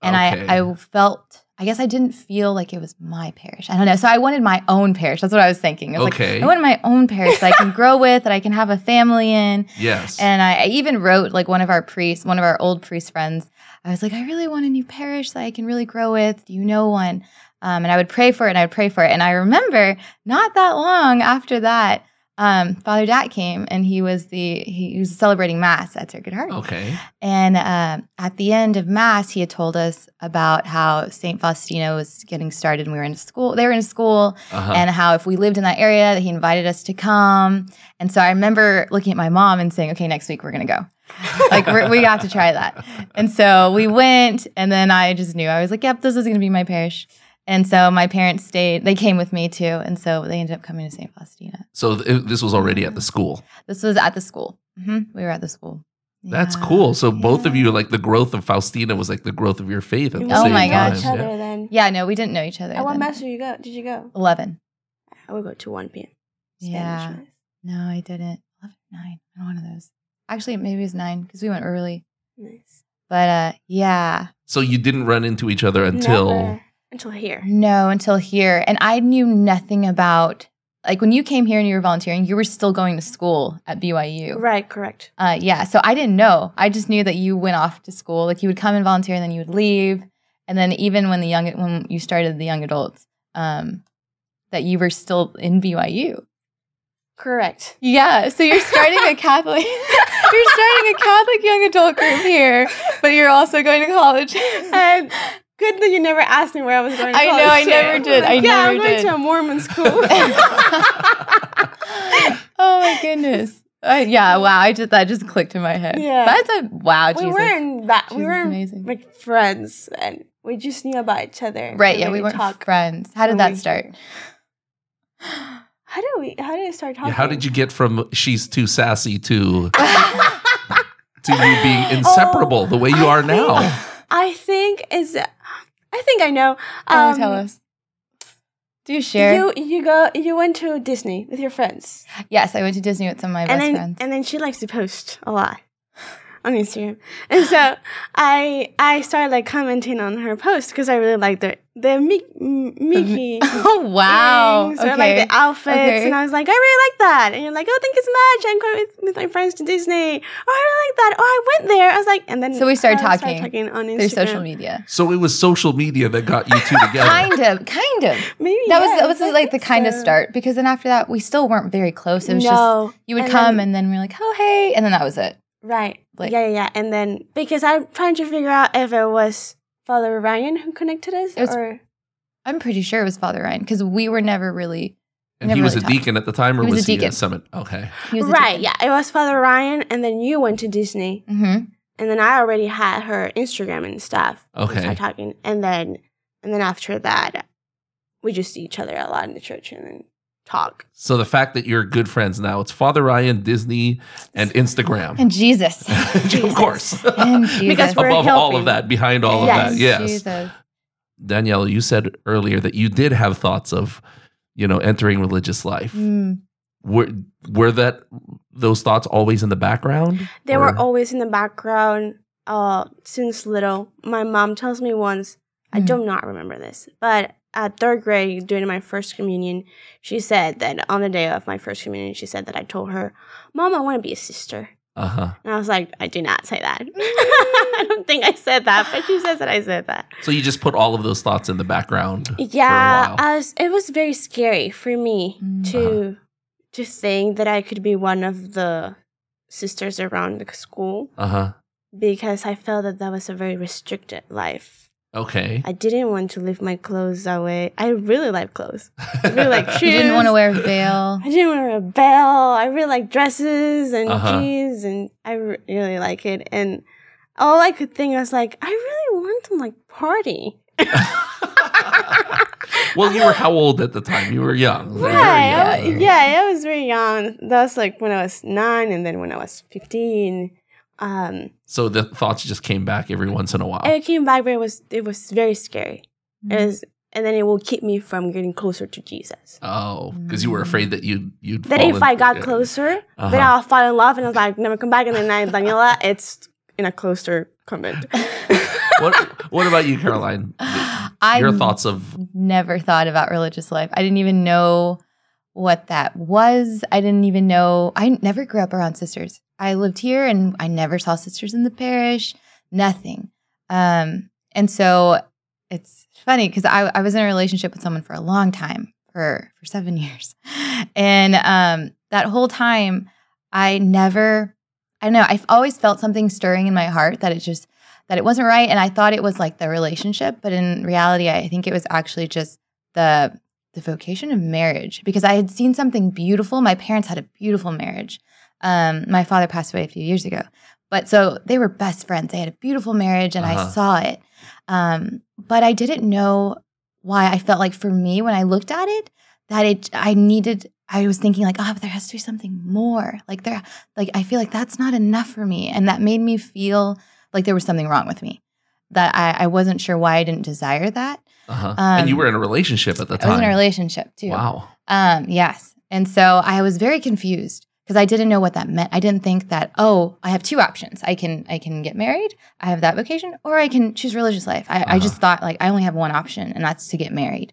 And
Okay.
I, I felt, I guess I didn't feel like it was my parish. I don't know. So I wanted my own parish. That's what I was thinking. I was
Okay.
like, I wanted my own parish that I can grow with, that I can have a family in.
yes
And I, I even wrote like one of our priests, one of our old priest friends. I was like, I really want a new parish that I can really grow with. Do you know one? Um, and I would pray for it, and I would pray for it. And I remember not that long after that, um, Father Dat came, and he was the he was celebrating mass at Sacred Heart. <laughs>
okay
And um at the end of Mass, he had told us about how St. Faustina was getting started. And we were in school; they were in school,
uh-huh.
and how if we lived in that area that he invited us to come and so i remember looking at my mom and saying okay next week we're gonna go like we're, we have to try
<laughs>
that and so we went and then i just knew i was like yep this is gonna be my parish and so my parents stayed they came with me too and so they ended up coming to st faustina
so th- this was already at the school
this was at the school hmm we were at the school
That's
Yeah.
cool. So both of
Yeah.
you, like the growth of Faustina, was like the growth of your faith at
You
the
must
same
Oh my
know
time.
gosh.
Each
Yeah.
other then.
yeah no we didn't know each other
At what
then.
mass did you go? Did you go?
11
I would go to 1 p.m.
yeah
Spanish mass.
no i didn't 11 9 one of those actually maybe it was 9 because we went early
Nice.
But uh, yeah,
So you didn't run into each other until
Never. until here.
no, until here. And I knew nothing about, like, when you came here and you were volunteering, you were still going to school at BYU.
Right. Correct.
Uh, yeah. So I didn't know. I just knew that you went off to school. Like, you would come and volunteer and then you would leave. And then even when the young, when you started the young adults, um, that you were still in BYU.
Correct. <laughs>
Yeah, so you're starting a Catholic. <laughs> you're
<laughs>
starting a Catholic young adult group here, but you're also going to
<laughs>
college.
And good that you never asked me where I was going. To
I know,
college,
I
too.
never did, I
yeah,
never
I'm going
did.
to a Mormon school. <laughs>
<laughs> oh my goodness. Uh, yeah, wow. I just that just clicked in my head.
Yeah.
That's a wow,
we
Jesus.
weren't that.
Jesus
we
is
weren't
amazing.
like friends, and we just knew about each other.
right, yeah, we
could
weren't
talk.
friends. How did
when
that
we-
start?
How did we? How did it start
<laughs>
talking?
Yeah, how did
<laughs>
you get from she's too sassy to to you
<laughs>
being
Oh.
inseparable the way you
I
are
think-
now?
<laughs> I think is. I think I know.
oh,
Um,
tell us. Do you share?
You you go you went to Disney with your friends,
yes, I went to Disney with some of my best
and then
friends.
and then she likes to post a lot on Instagram, and so I I started like commenting on her post because I really liked the the Mi- M- Mickey.
<laughs> oh wow.
things
okay.
or like the outfits,
Okay.
and I was like, I really like that. And you're like, oh, thank you so much. I'm going with, with my friends to Disney. Oh, I really like that. Oh, I went there. I was like, and then
So we started
I
talking
talking on Instagram.
Through social media.
So it was social media that got you two together.
Kind of, kind of.
Maybe
That was
yeah,
that was
I
like the
think
kind of
so.
start because then after that we still weren't very close. It was just
no,
you would
and
come
then-
and then we're like, oh hey, and then that was it.
Right.
Like-
yeah, yeah, yeah. And then because I'm trying to figure out if it was Father Ryan who connected us
It was-
or
I'm pretty sure it was Father Ryan because we were never really
And
Never
he was
really
a
talked.
deacon at the time, or
He was a
was, he a
deacon.
summit? Okay.
He was a
right, yeah. It was Father Ryan, and then you went to Disney.
Mm-hmm.
and then I already had her Instagram and stuff. We
Okay.
started talking, and then and then after that, we just see each other a lot in the church and then talk.
So the fact that you're good friends now, it's Father Ryan, Disney, and Instagram.
And Jesus.
<laughs> of course. <laughs>
And Jesus.
Because we're-
Above all of
helping.
that, behind all
Yes.
of that. Yes.
Jesus.
Danielle, you said earlier that you did have thoughts of, you know, entering religious life.
Mm.
Were were that those thoughts always in the background?
They
Or-
were always in the background uh, since little. My mom tells me once, I
Mhm.
do not remember this, but at third grade during my first communion, she said that on the day of my first communion, she said that I told her, "Mom, I want to be a sister."
Uh-huh.
And I was like, I do not say that. <laughs> I don't think I said that, but she says that I said that.
So you just put all of those thoughts in the background.
yeah
while.
I was, it was very scary for me
Mm.
to to think that i could be one of the sisters around the school
Uh-huh.
because i felt that that was a very restricted life
Okay.
i didn't want to leave my clothes that way i really like
<laughs>
clothes really like
He didn't want
Shoes.
to wear a veil.
i didn't want to wear a bell i really like dresses and
Uh-huh.
jeans and i re- really like it and all i could think was like i really want to like party
<laughs> well, you were how old at the time? You were young. Very
Right. I
young.
wa- yeah, I was very young. That was like when I was nine, and then when I was 15. Um,
So the thoughts just came back every once in a while.
and it came back, but it was, it was very scary.
Mm-hmm.
It was, and then it will keep me from getting closer to Jesus.
oh, because you were afraid that you'd you'd.
That
fall
if I
in-
got
yeah.
closer,
Uh-huh.
then I'll fall in love, and I was like, never come back. And then I, Daniela, it's in a closer
<laughs>
convent.
what What about you, Caroline?
<sighs> I
Your thoughts of
never thought about religious life. I didn't even know what that was. I didn't even know. I never grew up around sisters. I lived here and I never saw sisters in the parish, nothing. Um, and so it's funny because I, I was in a relationship with someone for a long time, for, for seven <laughs> years. And um, that whole time, I never, I don't know, I've always felt something stirring in my heart that it just, that it wasn't right and i thought it was like the relationship but in reality i think it was actually just the the vocation of marriage because i had seen something beautiful my parents had a beautiful marriage um, my father passed away a few years ago but so they were best friends they had a beautiful marriage and
Uh-huh.
i saw it um, but i didn't know why i felt like for me when i looked at it that it i needed i was thinking like oh but there has to be something more like there like i feel like that's not enough for me and that made me feel like there was something wrong with me that I, I wasn't sure why I didn't desire that.
uh-huh. and you
um,
were in a relationship at the
I
time.
was in a relationship too.
Wow.
Um, yes. And so I was very confused because I didn't know what that meant. I didn't think that, oh, I have two options. I can I can get married, I have that vocation, or I can choose religious life. I, I
Uh-huh.
just thought like I only have one option and that's to get married.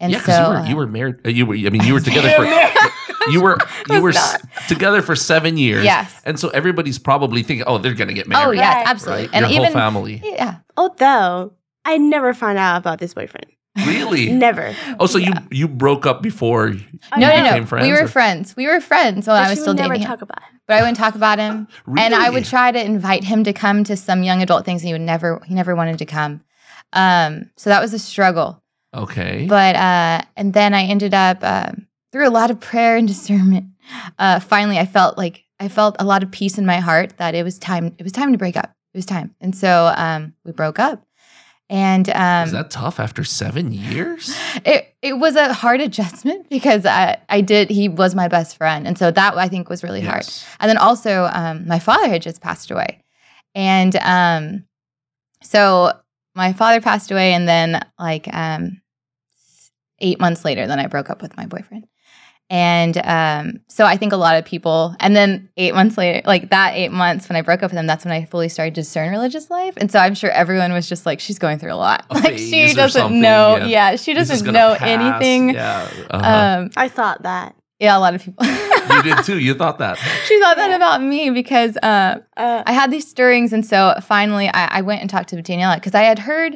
And
yeah,
so
because you, were,
uh,
you were married. uh, You were. I
<laughs>
mean, you were together for <laughs> you were you
was
were s-
not.
together for seven years.
Yes.
And so everybody's probably thinking, oh, they're gonna get married.
Oh yes,
Right.
absolutely.
Right?
And
Your
even
whole family.
<laughs> yeah.
Although, I never found out about this
<laughs>
boyfriend.
Really?
Never.
Oh, so you you broke up before?
I
No,
never-
no, no.
became friends,
we were
or-
friends. We were friends while
but
I was
she
still
would never
dating him.
talk about it.
But I wouldn't talk about him.
Really?
And I would try to invite him to come to some young adult things, and he would never, he never wanted to come. Um, so that was a struggle.
Okay.
But uh, and then I ended up um through a lot of prayer and <laughs> discernment. Uh, finally, I felt like I felt a lot of peace in my heart that it was time. It was time to break up. It was time, and so um, we broke up. And um,
Is that tough after seven years?
it it was a hard <laughs> adjustment because I I did he was my best friend, and so that I think was really hard.
Yes.
And then also, um, my father had just passed away. And um, so my father passed away. And then, like, um, eight months later, then I broke up with my boyfriend. And um, so I think a lot of people, and then eight months later, like that eight months when I broke up with him, that's when I fully started to discern religious life. And so I'm sure everyone was just like, she's going through a lot.
A
<laughs> like,
phase
she
or
doesn't
something,
know.
yeah.
Yeah, she
This is
doesn't
gonna
know
pass.
anything.
Yeah. uh-huh.
Um,
I thought that.
yeah, a lot of people. <laughs>
you did too. You thought that.
she thought that
Yeah.
about me because uh,
Uh,
I had these stirrings, and so finally I, I went and talked to Daniela because I had heard,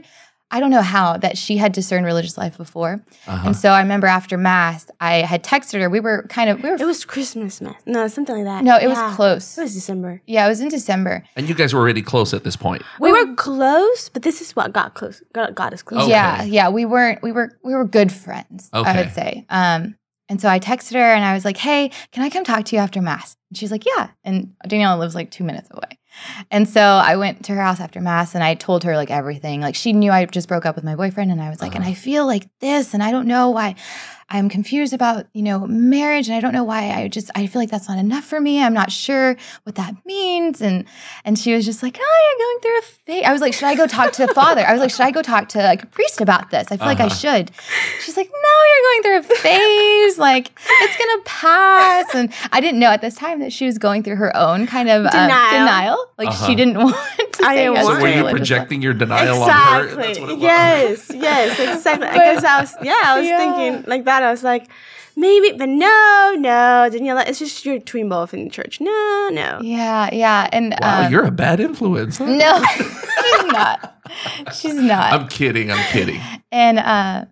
I don't know how, that she had discerned religious life before,
Uh-huh.
and so I remember after mass I had texted her. We were kind of we were
it was Christmas, mess. No, something like that.
no, it
Yeah.
was close.
It was December.
yeah, it was in December.
And you guys were already close at this point.
We were close, but this is what got
Oh,
close. Got, got us close.
Okay.
Yeah, yeah, we weren't we were we were good friends. I
Okay.
would say. Um, And so I texted her and I was like, hey, can I come talk to you after Mass? And she's like, yeah. And Daniela lives like two minutes away. And so I went to her house after Mass and I told her like everything. Like she knew I just broke up with my boyfriend and I was like, and
Uh-huh.
I feel like this and I don't know why I'm confused about, you know, marriage and I don't know why I just I feel like that's not enough for me. I'm not sure what that means. And and she was just like, "Oh, you're going through a phase." I was like, "Should I go talk to the father?" I was like, "Should I go talk to like a priest about this?" I feel like I
Uh-huh.
should. She's like, "No, you're going through a phase. Like it's going to pass." And I didn't know at this time that she was going through her own kind of um,
Denial.
denial. Like
Uh-huh.
she didn't <laughs> want to
I
say
didn't
yes
So
want
to
were
it.
you
religious
projecting your denial on her? That's what it was.
Yes,
<laughs>
yes, exactly.
But-
Because I was, yeah, I was
Yeah.
thinking like that. I was like, maybe, but no, no, Daniela, it's just your twin both in the church. No, no.
life. Yeah, yeah. And
Wow,
um,
you're a bad influence. huh?
no, she's not. She's not.
I'm kidding. I'm kidding.
and uh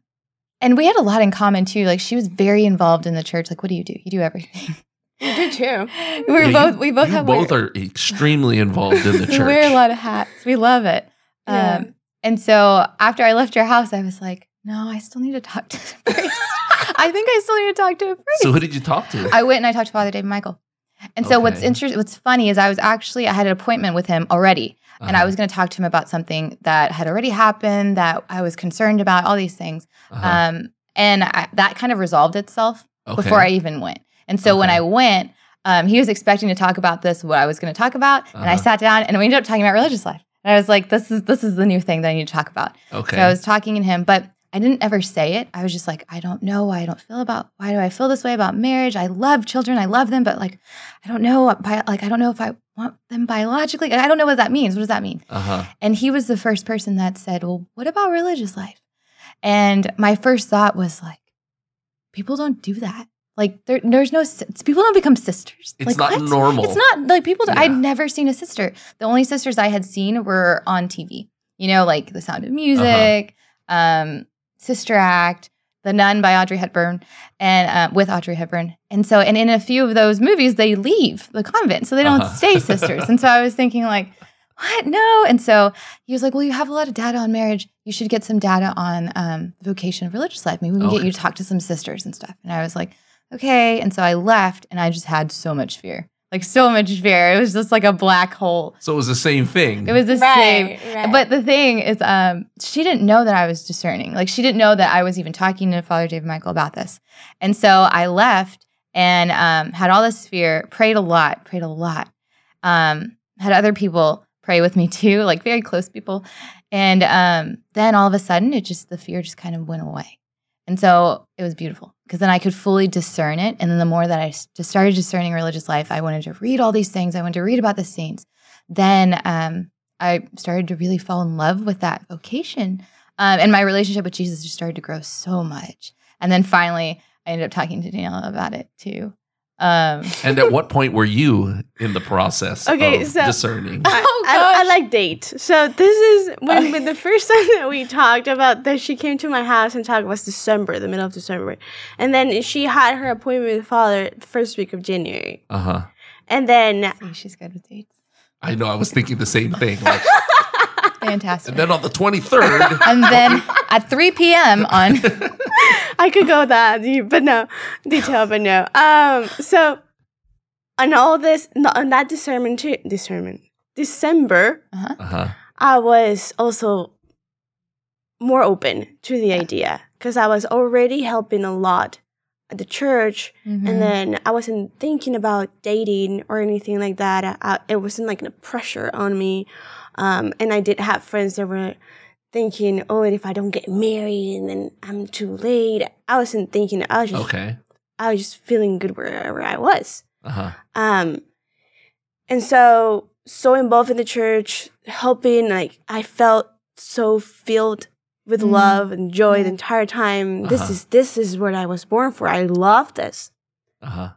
and we had a lot in common too like she was very involved in the church like what do you do you do everything
You do too.
we <laughs> were
Yeah, you-
both we <laughs> both
you
have
both
wear,
are extremely involved
<laughs>
in the
we
church.
wear a lot of hats we love it
Yeah.
um and so after i left your house i was like no i still need to talk to the priest
<laughs>
i think i still need to talk to a priest
so who did you talk to?
I went and I talked to Father David Michael. And so what's
Okay.
interesting, what's funny is I was actually I had an appointment with him already, and I
Uh-huh.
was going to talk to him about something that had already happened that I was concerned about, all these things.
Uh-huh.
Um, and I, that kind of resolved itself
Okay.
uh, before I even went. And so when
Okay.
I went, um, he was expecting to talk about this, what I was going to talk about, and I
Uh-huh.
sat down, and we ended up talking about religious life. And I was like, "This is this is the new thing that I need to talk about."
okay.
So I was talking to him, but I didn't ever say it. I was just like, I don't know why I don't feel about why do I feel this way about marriage? I love children, I love them, but like I don't know what bi- like I don't know if I want them biologically. I don't know what that means. What does that mean?
uh-huh.
And he was the first person that said, "Well, what about religious life?" And my first thought was like, people don't do that. Like there, there's no sis- people don't become sisters.
It's
like,
not
what?
normal.
It's not like people. don't-
Yeah.
I'd never seen a sister. The only sisters I had seen were on TV. You know, like The
Uh-huh.
Sound of Music, um, Sister Act, The Nun by Audrey Hepburn, and uh, with Audrey Hepburn. And so, and in a few of those movies, they leave the convent, so they don't
Uh-huh.
stay sisters. and so I was thinking, like, what? No. And so he was like, well, you have a lot of data on marriage. You should get some data on um, the vocation of religious life. Maybe we can get
Okay.
you to talk to some sisters and stuff. And I was like, okay. And so I left, and I just had so much fear, like so much fear. It was just like a black hole.
So it was the same thing.
It was the same.
Right, right.
But the thing is, um, she didn't know that I was discerning. Like she didn't know that I was even talking to Father David Michael about this. And so I left and um, had all this fear, prayed a lot, prayed a lot. Um, had other people pray with me <laughs> too, like very close people. And um, then all of a sudden, it just the fear just kind of went away. And so it was beautiful because then I could fully discern it. And then the more that I s- just started discerning religious life, I wanted to read all these things. I wanted to read about the saints. Then um, I started to really fall in love with that vocation. Um, and my relationship with Jesus just started to grow so much. And then finally, I ended up talking to Daniela about it too. Um,
<laughs>
<laughs>
and at what point were you in the process
Okay,
of
so-
discerning?
I,
Oh,
I, I
gosh.
like date. So this is when,
<laughs>
when the first time that we talked about that she came to my house and talked was December, the middle of December, and then she had her appointment with father the first week of January,
Uh huh.
and then
see, she's good with dates.
I know. I was thinking the same thing. Like,
Fantastic.
and then on the
<laughs>
23rd,
and then at 3 p.m.
<laughs>
on
I could go that deep, but no detail, but no. Um, so on all this, no, on that discernment too, discernment December,
uh-huh.
uh huh.
I was also more open to the idea because I was already helping a lot at the church,
Mhm.
Mm-hmm.
and then I wasn't thinking about dating or anything like that. I, it wasn't like a pressure on me, um, and I did have friends that were thinking, "Oh, and if I don't get married, and then I'm too late." I wasn't thinking. I was just,
Okay.
I was just feeling good wherever I was.
Uh huh.
Um, and so so involved in the church, helping. Like I felt so filled with
Mm.
love and joy the
Yeah.
entire time. This
Mm-hmm. Uh-huh.
is this is what I was born for. I love this.
Uh huh.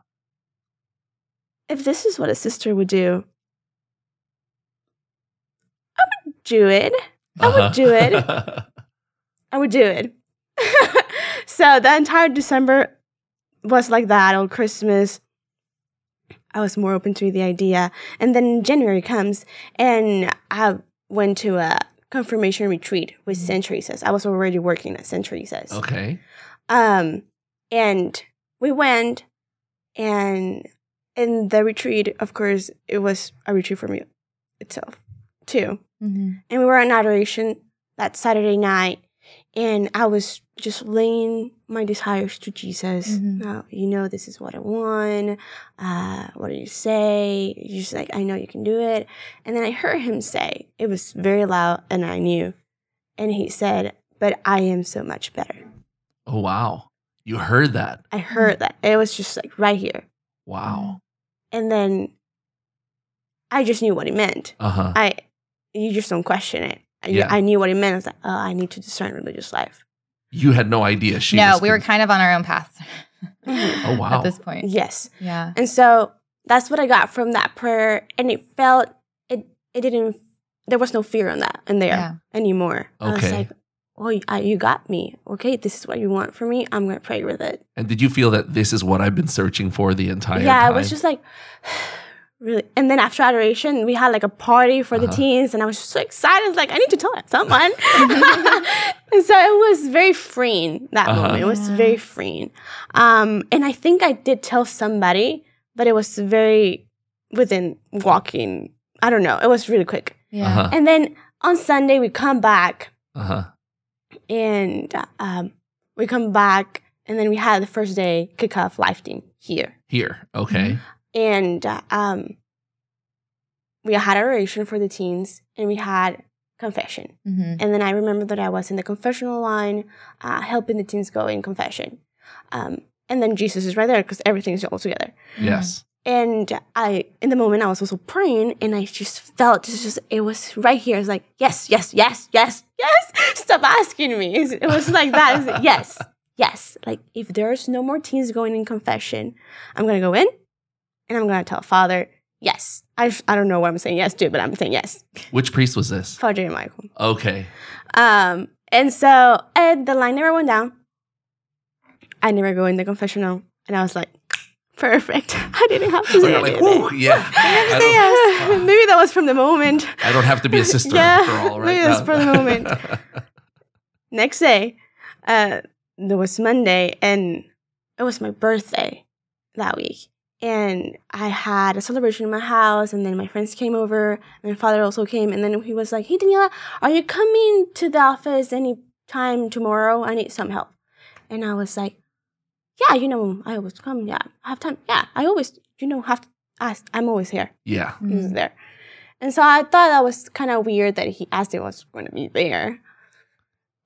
If this is what a sister would do, I would do it. I would
Uh-huh.
do it.
<laughs>
I would do it. <laughs> so the entire December was like that. On Christmas, I was more open to the idea, and then January comes, and I went to a confirmation retreat with
Mhm.
Century Says. I was already working at Century Says,
okay.
um, and we went and in the retreat, of course, it was a retreat for me itself too.
Mhm.
And we were on adoration that Saturday night and I was just laying my desires to Jesus.
Mhm.
Uh, you know, this is what I want. Uh, what do you say? You're just like, I know you can do it. And then I heard him say, it was very loud and I knew. And he said, But I am so much better.
Oh, wow. You heard that.
I heard that. It was just like right here.
Wow.
And then I just knew what it meant.
Uh huh.
I, you just don't question it. I,
Yeah.
I knew what it meant. I was like, oh, I need to discern religious life.
You had no idea. She
no,
was
we were
con-
kind of on our own <laughs> path.
Mhm.
Oh, wow.
At this point.
<laughs> Yes.
Yeah.
And so that's what I got from that prayer. And it felt it it didn't there was no fear on that in there
Yeah.
anymore. I was
Okay.
like, well, you, I, you got me. Okay, this is what you want from me. I'm gonna pray with it.
And did you feel that this is what I've been searching for the entire
yeah,
time?
I was just like <sighs> really. And then after adoration, we had like a party for the
Uh-huh.
teens, and I was so excited. I was like, I need to tell someone. <laughs> and so it was very freeing that
Uh-huh.
moment. It was
Yeah.
very freeing. Um, and I think I did tell somebody, but it was very within walking. I don't know. It was really quick.
Yeah.
Uh-huh.
And then on Sunday, we come back
Uh huh.
and um, we come back, and then we had the first day kickoff live team here
Here. Okay.
and uh, um, we had oration for the teens and we had confession
hmm
and then i remember that i was in the confessional line uh, helping the teens go in confession um, and then jesus is right there because everything is all together
Mm-hmm.
Yes.
and i in the moment i was also praying and i just felt it's just it was right here it's like yes yes yes yes yes stop asking me It's- it was like that It's like, yes yes like if there's no more teens going in confession i'm gonna go in and i'm gonna tell father yes i, f- I don't know what i'm saying yes to but i'm saying yes
Which priest was this?
father and michael <laughs>
Okay.
um and so and the line never went down i never go in the confessional and i was like <laughs> perfect <laughs> i didn't have to
So
say
you're like,
anything.
whoo,
<laughs>
yeah. I don't- <laughs> don't-
Maybe that was <laughs> from the moment.
I don't have to be a sister
Yeah,
after all, right?
<laughs> maybe that's
<laughs>
for the moment.
uh
Next day, uh, there was Monday, and it was my birthday that week. And I had a celebration in my house, and then my friends came over, and my father also came. And then he was like, Hey, Daniela, are you coming to the office any time tomorrow? I need some help. And I was like, Yeah, you know, I always come. Yeah, I have time. Yeah, I always, you know, have to ask. I'm always here.
Yeah.
he
Mm-hmm.
was there. And so I thought that was kind of weird that he asked if I was going to be there.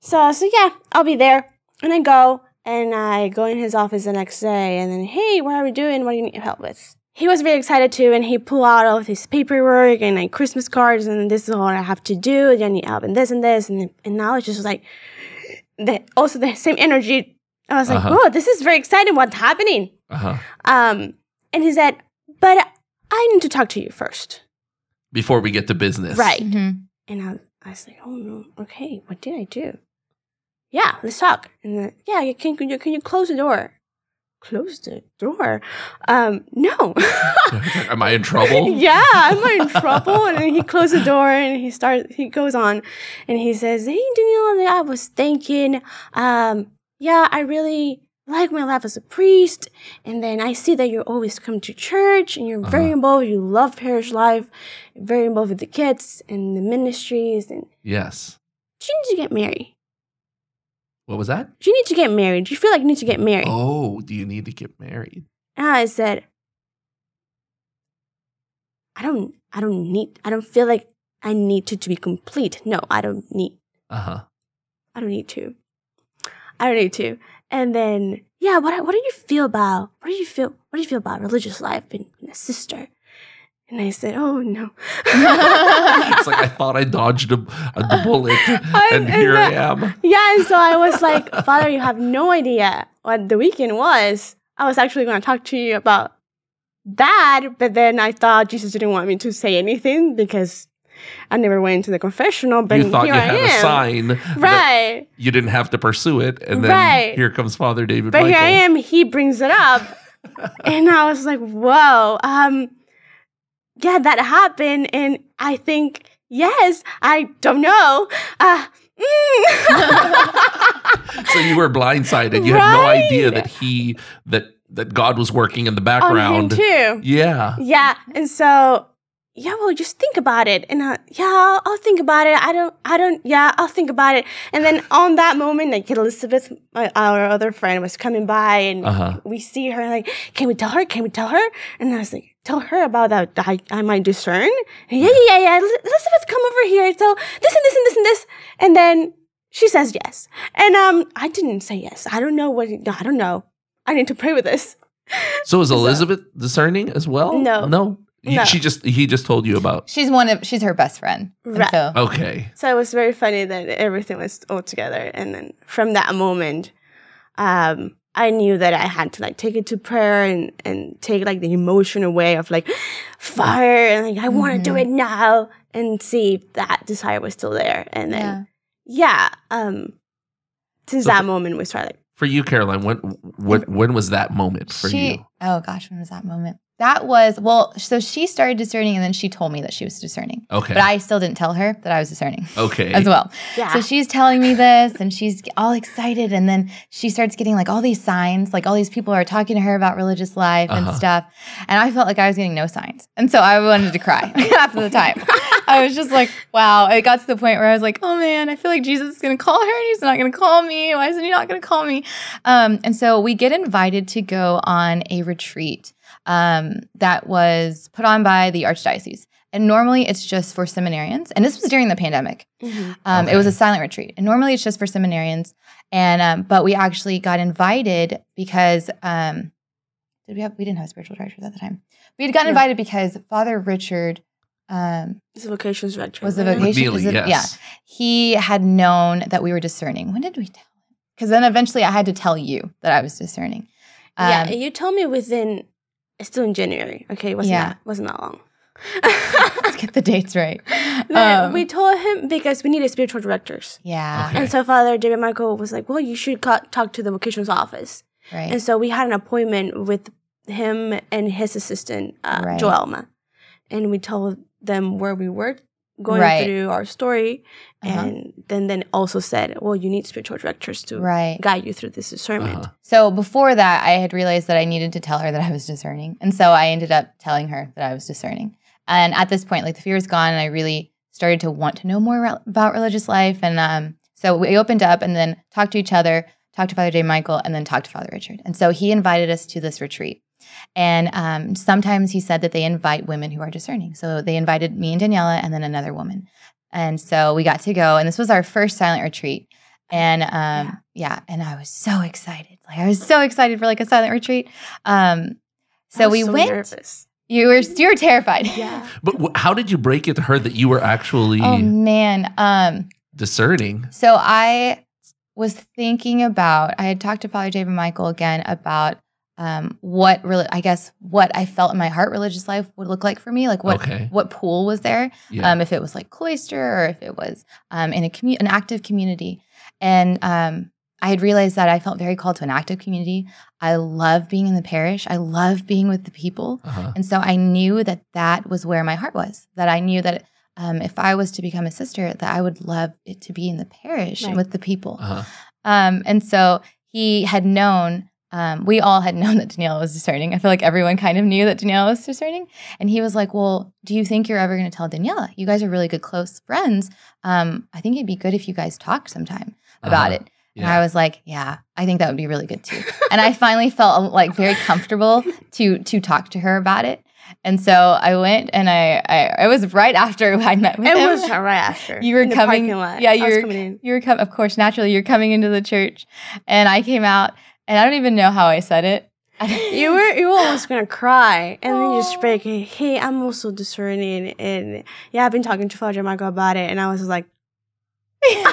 So so yeah, I'll be there. And I go and I go in his office the next day and then, hey, what are we doing? What do you need help with? He was very excited too, and he pulled out all of his paperwork and like Christmas cards, and this is all I have to do. and I need help and this and this, and and now it's just like, the, also the same energy. I was like,
Uh-huh.
oh, this is very exciting. What's happening?
Uh huh.
Um, and he said, but I need to talk to you first.
Before we get to business.
Right.
Mhm.
And I, I was like, oh no, okay, what did I do? Yeah, let's talk. And then, yeah, you can, can you, can you close the door? Close the door? Um, no.
<laughs> Am I in trouble?
<laughs> yeah, I'm not in trouble. And then he closed the door and he starts, he goes on and he says, hey, Daniela, I was thinking, um, yeah, I really like my life as a priest. And then I see that you always come to church and you're very
Uh-huh.
involved. You love parish life, very involved with the kids and the ministries and
Yes.
she needs to get married.
What was that?
She needs to get married. Do you feel like you need to get married?
Oh, do you need to get married?
And I said, I don't, I don't need, I don't feel like I need to, to be complete. No, I don't need,
Uh huh.
I don't need to. I don't need to. And then, yeah, what, what do you feel about, what do you feel, what do you feel about religious life and being a sister? And I said, oh no.
Mm-hmm.
It's like I
<laughs>
thought I dodged a, a bullet,
I'm
and
in
here I
the-
am.
Yeah, and so I was like, <laughs> Father, you have no idea what the weekend was. I was actually going to talk to you about that, but then I thought Jesus didn't want me to say anything because I never went into the confessional. But
you thought
here
you
I
had
am.
a sign, that
right?
You didn't have to pursue it, and then
Right.
here comes Father David.
But
Michael.
here I am. He brings
<laughs>
it up, and I was like, "Whoa, um, yeah, that happened." And I think, yes, I don't know. Uh, mm. <laughs>
So you were blindsided. You had no
Right.
idea that he that that God was working in the
on him
background.
too.
Yeah.
Yeah, and so yeah, well, just think about it, and uh, yeah, I'll, I'll think about it. I don't, I don't, yeah, I'll think about it. And then on that moment, like Elizabeth, my, our other friend, was coming by, and
Uh huh.
we see her like, can we tell her? Can we tell her? And I was like, tell her about that. I, I might discern. And yeah, yeah, yeah, yeah. Eli- Elizabeth, come over here. So this and this and this and this. And then she says yes. And um, I didn't say yes. I don't know what. I don't know. I need to pray with this.
So is Elizabeth discerning as well?
No.
No. You-
No.
She just he just told you about.
<laughs> She's one of she's her best friend. And
Right.
Oh.
so
Okay.
So it was very funny that everything was all together. And then from that moment, um, I knew that I had to like take it to prayer and, and take like the emotional way of like fire and like I want to do
Mhm.
it now and see if that desire was still there. And
yeah.
then yeah, um, since
So
that
for-
moment we started like
For you, Caroline, when when when was that moment for
she
you?
oh gosh, when was that moment? That was well, so she started discerning and then she told me that she was discerning.
Okay.
But I still didn't tell her that I was discerning
okay.
as well.
yeah.
So she's telling me this and she's all excited. And then she starts getting like all these signs, like all these people are talking to her about religious life and
Uh-huh.
stuff. And I felt like I was getting no signs. And so I wanted to cry <laughs> half of the time. I was just like, wow. It got to the point where I was like, oh man, I feel like Jesus is going to call her and he's not going to call me. Why isn't he not going to call me? Um, and so we get invited to go on a retreat um, that was put on by the Archdiocese. And normally it's just for seminarians. And this was during the pandemic.
Mhm.
Um, It was a
Okay.
silent retreat, and normally it's just for seminarians. And um, but we actually got invited because um, did we have we didn't have spiritual directors at the time. We had gotten
No.
invited because Father Richard um,
It's a vocations director.
was the
right?
vocation.
McNeely,
is it-
yes.
Yeah, he had known that we were discerning. When did we tell him? Because then eventually I had to tell you that I was discerning. Um,
yeah, you told me within it's still in January. Okay, it wasn't
Yeah.
that wasn't that long.
<laughs>
<laughs>
Let's get the dates right.
Then
Um,
we told him because we needed spiritual directors.
yeah,
Okay.
And so Father David Michael was like, "Well, you should co- talk to the vocations office."
right.
And so we had an appointment with him and his assistant uh,
Right.
Joelma, and we told them where we were going
Right.
through our story,
Uh-huh.
and then then also said, "Well, you need spiritual directors to
right.
guide you through this discernment."
Uh-huh.
So before that, I had realized that I needed to tell her that I was discerning. And so I ended up telling her that I was discerning. And at this point, like the fear is gone, and I really started to want to know more re- about religious life. And um, so we opened up and then talked to each other, talked to Father J. Michael, and then talked to Father Richard. And so he invited us to this retreat. And um, sometimes he said that they invite women who are discerning. So they invited me and Daniela and then another woman. And so we got to go. And this was our first silent retreat. And um, yeah. and I was so excited. Like I was so excited for like a silent retreat. Um,
I
so
was
we went.
nervous.
You were you were terrified.
Yeah.
<laughs>
But wh- how did you break it to her that you were actually
oh man. Um,
discerning?
so I was thinking about. I had talked to Father David Michael again about um, what really, I guess, what I felt in my heart, religious life would look like for me. Like what um,
okay.
what pool was there.
Yeah.
um, if it was like cloister or if it was um, in a commu- an active community. And um, I had realized that I felt very called to an active community. I love being in the parish. I love being with the people.
uh-huh.
And so I knew that that was where my heart was. That I knew that um, if I was to become a sister, that I would love it to be in the parish and
Right.
with the people.
Uh-huh.
Um, and so he had known, um, we all had <laughs> known that Danielle was discerning. I feel like everyone kind of knew that Danielle was discerning. And he was like, Well, do you think you're ever going to tell Daniela? You guys are really good, close friends. Um, I think it'd be good if you guys talked sometime about
Uh-huh.
it. And I was like, Yeah, I think that would be really good too. and I finally felt um, like very comfortable to to talk to her about it. And so I went and I, I it was right after I met with
It
him. <laughs>
was right after
You were
in the
coming-
parking lot.
yeah,
I
you
was
were-
coming in.
you were com- of course naturally you're coming into the church and i came out and i don't even know how i said it <laughs>
You were you were almost gonna cry, and then you just
Aw.
break. it, Hey, I'm also discerning, and yeah, I've been talking to Father Michael about it, and I was like,
because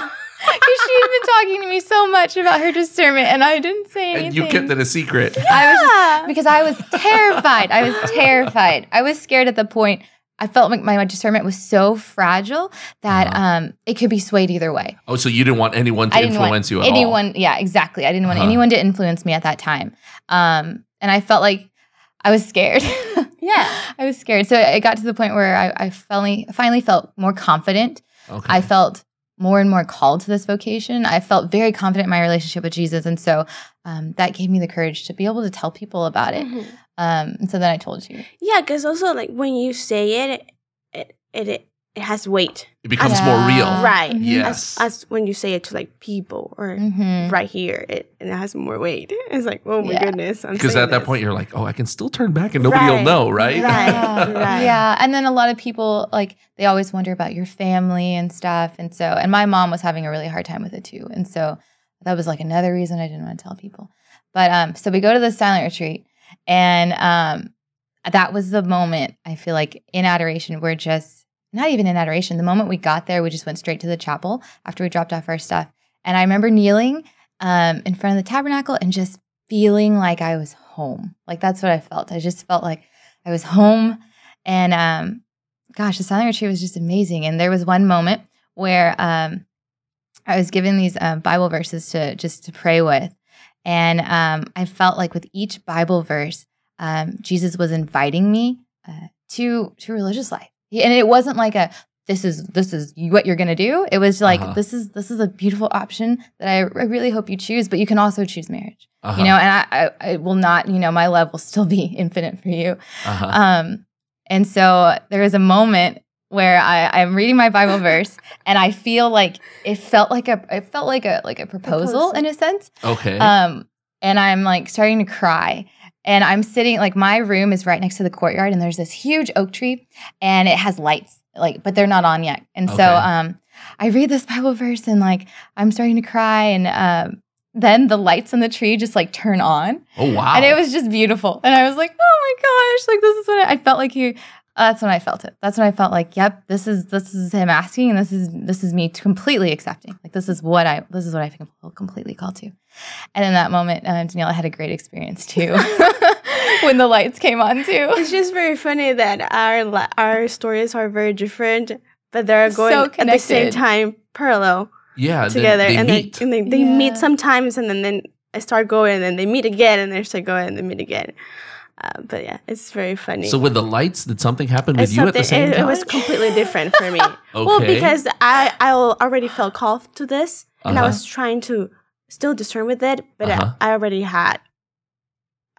she had been talking to me so much about her discernment and i didn't say anything
And you kept it a secret.
<laughs> i was just
"Ah."
because i was terrified i was terrified i was scared at the point i felt like my discernment was so fragile that
Uh-huh.
um, it could be swayed either way
Oh, so you didn't want anyone to
I didn't want
influence you at all.
anyone. Yeah, exactly. I didn't want
Uh-huh.
anyone to influence me at that time. Um, and I felt like I was scared. <laughs>
Yeah.
I was scared. So it got to the point where I, I finally, finally felt more confident.
Okay.
I felt more and more called to this vocation. I felt very confident in my relationship with Jesus. And so um, that gave me the courage to be able to tell people about it.
Mhm.
Um, and so then I told you.
Yeah, because also like when you say it, it it it, it has weight
It becomes
Yeah.
more real.
Right.
Mhm.
Yes.
as when you say it to like people or
Mhm.
right here, it and it has more weight. <laughs> It's like oh my
Yeah.
goodness, I'm
Because
saying
at that
this. <laughs>
point, you're like, oh, I can still turn back and nobody will
Right.
know, right? <laughs>
Right. Right.
Yeah. And then a lot of people, like, they always wonder about your family and stuff. And so, and my mom was having a really hard time with it too. And so that was like another reason I didn't want to tell people. But um, so we go to the silent retreat. And um, that was the moment I feel like in adoration, we're just not even in adoration. The moment we got there, we just went straight to the chapel after we dropped off our stuff. And I remember kneeling um, in front of the tabernacle and just feeling like I was home. Like that's what I felt. I just felt like I was home. And um, gosh, the silent retreat was just amazing. And there was one moment where um, I was given these uh, Bible verses to just to pray with, and um, I felt like with each Bible verse, um, Jesus was inviting me uh, to to religious life. He- And it wasn't like a this is this is what you're gonna do. It was like
Uh-huh.
this is this is a beautiful option that I, I really hope you choose. But you can also choose marriage.
Uh-huh.
You know, and I, I I will not. You know, my love will still be <laughs> infinite for you.
Uh-huh.
Um, and so there was a moment where I, I'm reading my
<laughs>
Bible verse and I feel like it felt like a it felt like a like a
Proposal.
proposal in a sense.
okay.
Um, and I'm like starting to cry. And I'm sitting like my room is right next to the courtyard and there's this huge oak tree and it has lights like but they're not on yet. And
Okay.
so um I read this Bible verse and like I'm starting to cry and um then the lights on the tree just like turn on
oh, wow.
and it was just beautiful. And I was like, oh my gosh, like this is what I, I felt like he. uh, That's when I felt it. That's when I felt like, yep, this is this is him asking, and this is this is me completely accepting. Like this is what I this is what I feel completely called to. And in that moment, uh, Daniela had a great experience too, <laughs> when the lights came on too.
It's just very funny that our li- our stories are very different, but they're
So
going at the same
connected.
time parallel
yeah. they-
together,
They,
and, they,
meet.
and they, they meet
Yeah.
sometimes, and then then I start going, and then they meet again, and they start going, and they meet again. Uh, but yeah, it's very funny.
so with the lights, did something happen with
It's
you at the
something-
same
it,
time?
it was completely different for me.
<laughs> okay.
Well, because I I al- already felt called to this, and I
Uh-huh.
was trying to still discern with it, but I-
Uh-huh.
I, already had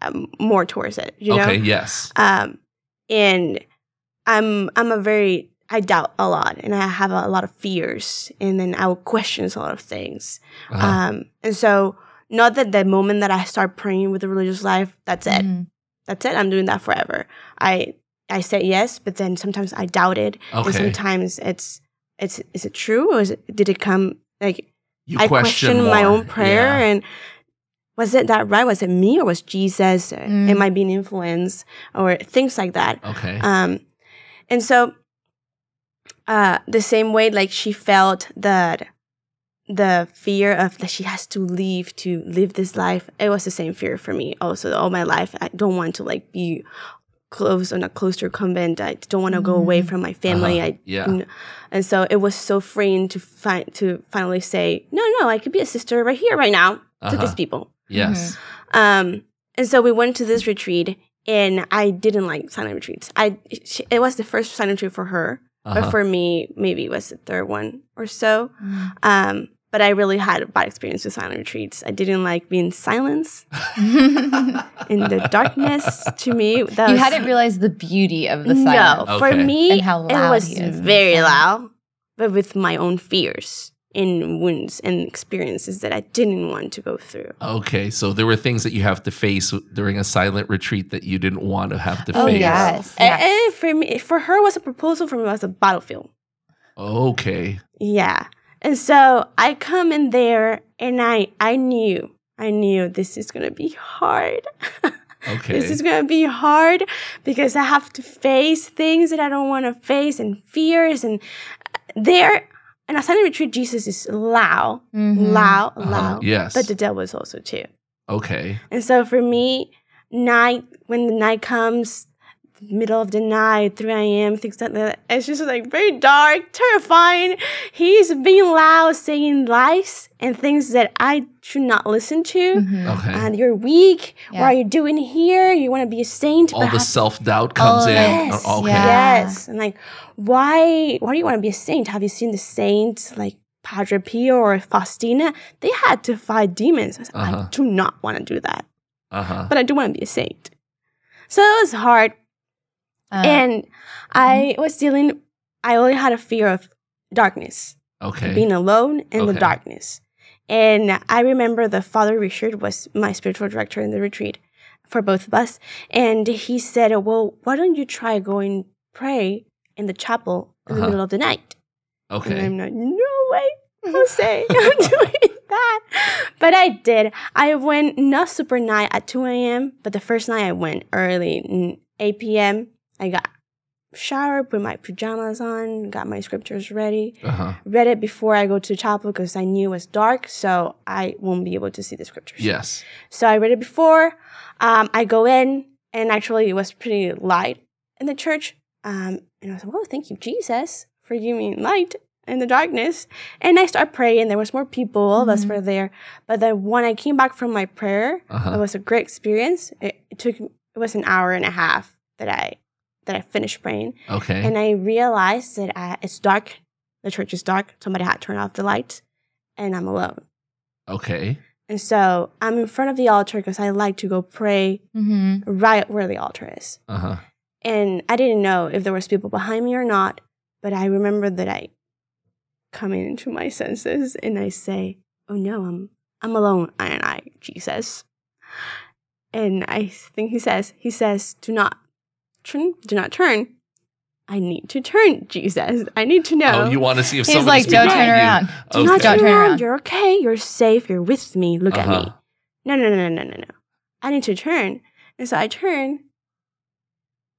um, more towards it. You know
okay. Yes.
um, and I'm I'm a very I doubt a lot, and I have a lot of fears, and then I will question a lot of things.
Uh-huh.
Um, and so, not that the moment that I start praying with the religious life, that's
Mm-hmm.
it,
Mhm.
that's it. I'm doing that forever. I I say yes, but then sometimes I doubt it, and
okay.
sometimes it's it's is it true or is it, did it come like
you
I question my
more.
own prayer
Yeah.
and was it that right? Was it me or was Jesus? Or
Mm.
Am I being influenced or things like that?
Okay.
Um, and so, uh, the same way, like she felt that the fear of that she has to leave to live this life, it was the same fear for me. Also, all my life, I don't want to like be close on a cloister convent. I don't want to go away
Mhm.
from my family.
Uh-huh.
I
yeah.
n- and so it was so freeing to find to finally say, no, no, I could be a sister right here, right now, to
Uh-huh.
these people.
Yes.
Um, and so we went to this retreat, and I didn't like silent retreats. I she, it was the first silent retreat for her, but
Uh-huh.
for me, maybe it was the third one or so.
Mhm.
Um, but I really had a bad experience with silent retreats. I didn't like being silenced <laughs> in
<laughs>
the darkness. to me, that
Mm-hmm. you
was,
hadn't realized the beauty of the
no,
silence.
for
Okay.
me,
And how loud
it was
he is in the
very
silence.
loud, but with my own fears and wounds and experiences that I didn't want to go through.
<laughs> Okay, so there were things that you have to face during a silent retreat that you didn't want to have to
Oh
face.
yes.
And-
yes.
and for me, for her, it was a proposal. For me, it was a battlefield.
Okay.
Yeah. And so I come in there and I I knew. I knew this is gonna be hard.
Okay.
This is gonna be hard because I have to face things that I don't wanna face and fears and uh, there and I silent retreat Jesus is loud,
Mhm.
Mm-hmm. loud,
Uh-huh,
loud.
Yes.
But the devil is also too.
okay.
And so for me, night when the night comes, middle of the night, 3 a.m., things like that, it's just like very dark, terrifying. He's being loud, saying lies and things that I should not listen to.
Mhm.
Okay.
Mm. And you're weak.
Yeah.
What are you doing here? You want to be a saint.
All
but
the
how-
self doubt comes
Oh,
in. Uh,
yes,
Okay.
yeah.
Yes. And like, why? Why do you want to be a saint? Have you seen the saints like Padre Pio or Faustina, they had to fight demons. I, was like,
Uh-huh.
I do not want to do that,
Uh huh.
but I do want to be a saint. So it was hard.
Uh,
Uh-huh.
and I
Mm-hmm.
was dealing, I only had a fear of darkness.
Okay.
being alone in the
Okay.
darkness. And I remember the Father Richard was my spiritual director in the retreat for both of us. And he said, Well, why don't you try going pray in the chapel in the
Uh-huh.
middle of the night? And
Okay.
I'm like, No way, Jose, <laughs> I'm doing that. But I did. I went not super night at 2 a.m., but the first night I went early, mm, 8 p.m. I got showered, put my pajamas on, got my scriptures ready
Uh huh.
read it before I go to chapel because I knew it was dark, so I won't be able to see the scriptures.
Yes.
So I read it before. Um, I go in, and actually, it was pretty light in the church. Um, and I was like, "Oh, thank you, Jesus, for giving me light in the darkness." And I start praying. There was more people. All of us
Mhm.
were there. But then when I came back from my prayer,
Uh
it
huh.
was a great experience. It, it took it was an hour and a half that I that I finished praying.
Okay.
Oh, And I realized that I, it's dark. The church is dark. Somebody had turned off the lights, and I'm alone.
okay.
And so I'm in front of the altar because I like to go pray
mhm.
right where the altar is.
Uh huh.
And I didn't know if there was people behind me or not, but I remember that I come into my senses and I say, "Oh no, I'm I'm alone." And I Jesus. And I think he says, he says, "Do not turn, do not turn." I need to turn, Jesus. I need to know.
Oh, you want to see if
He's
somebody's
like, don't turn
behind you. Oh.
around.
Do
Okay.
not turn,
Don't turn
around.
around.
You're okay. You're safe. You're with me. Look at me.
Uh-huh.
No, no, no, no, no, no. I need to turn. And so I turn.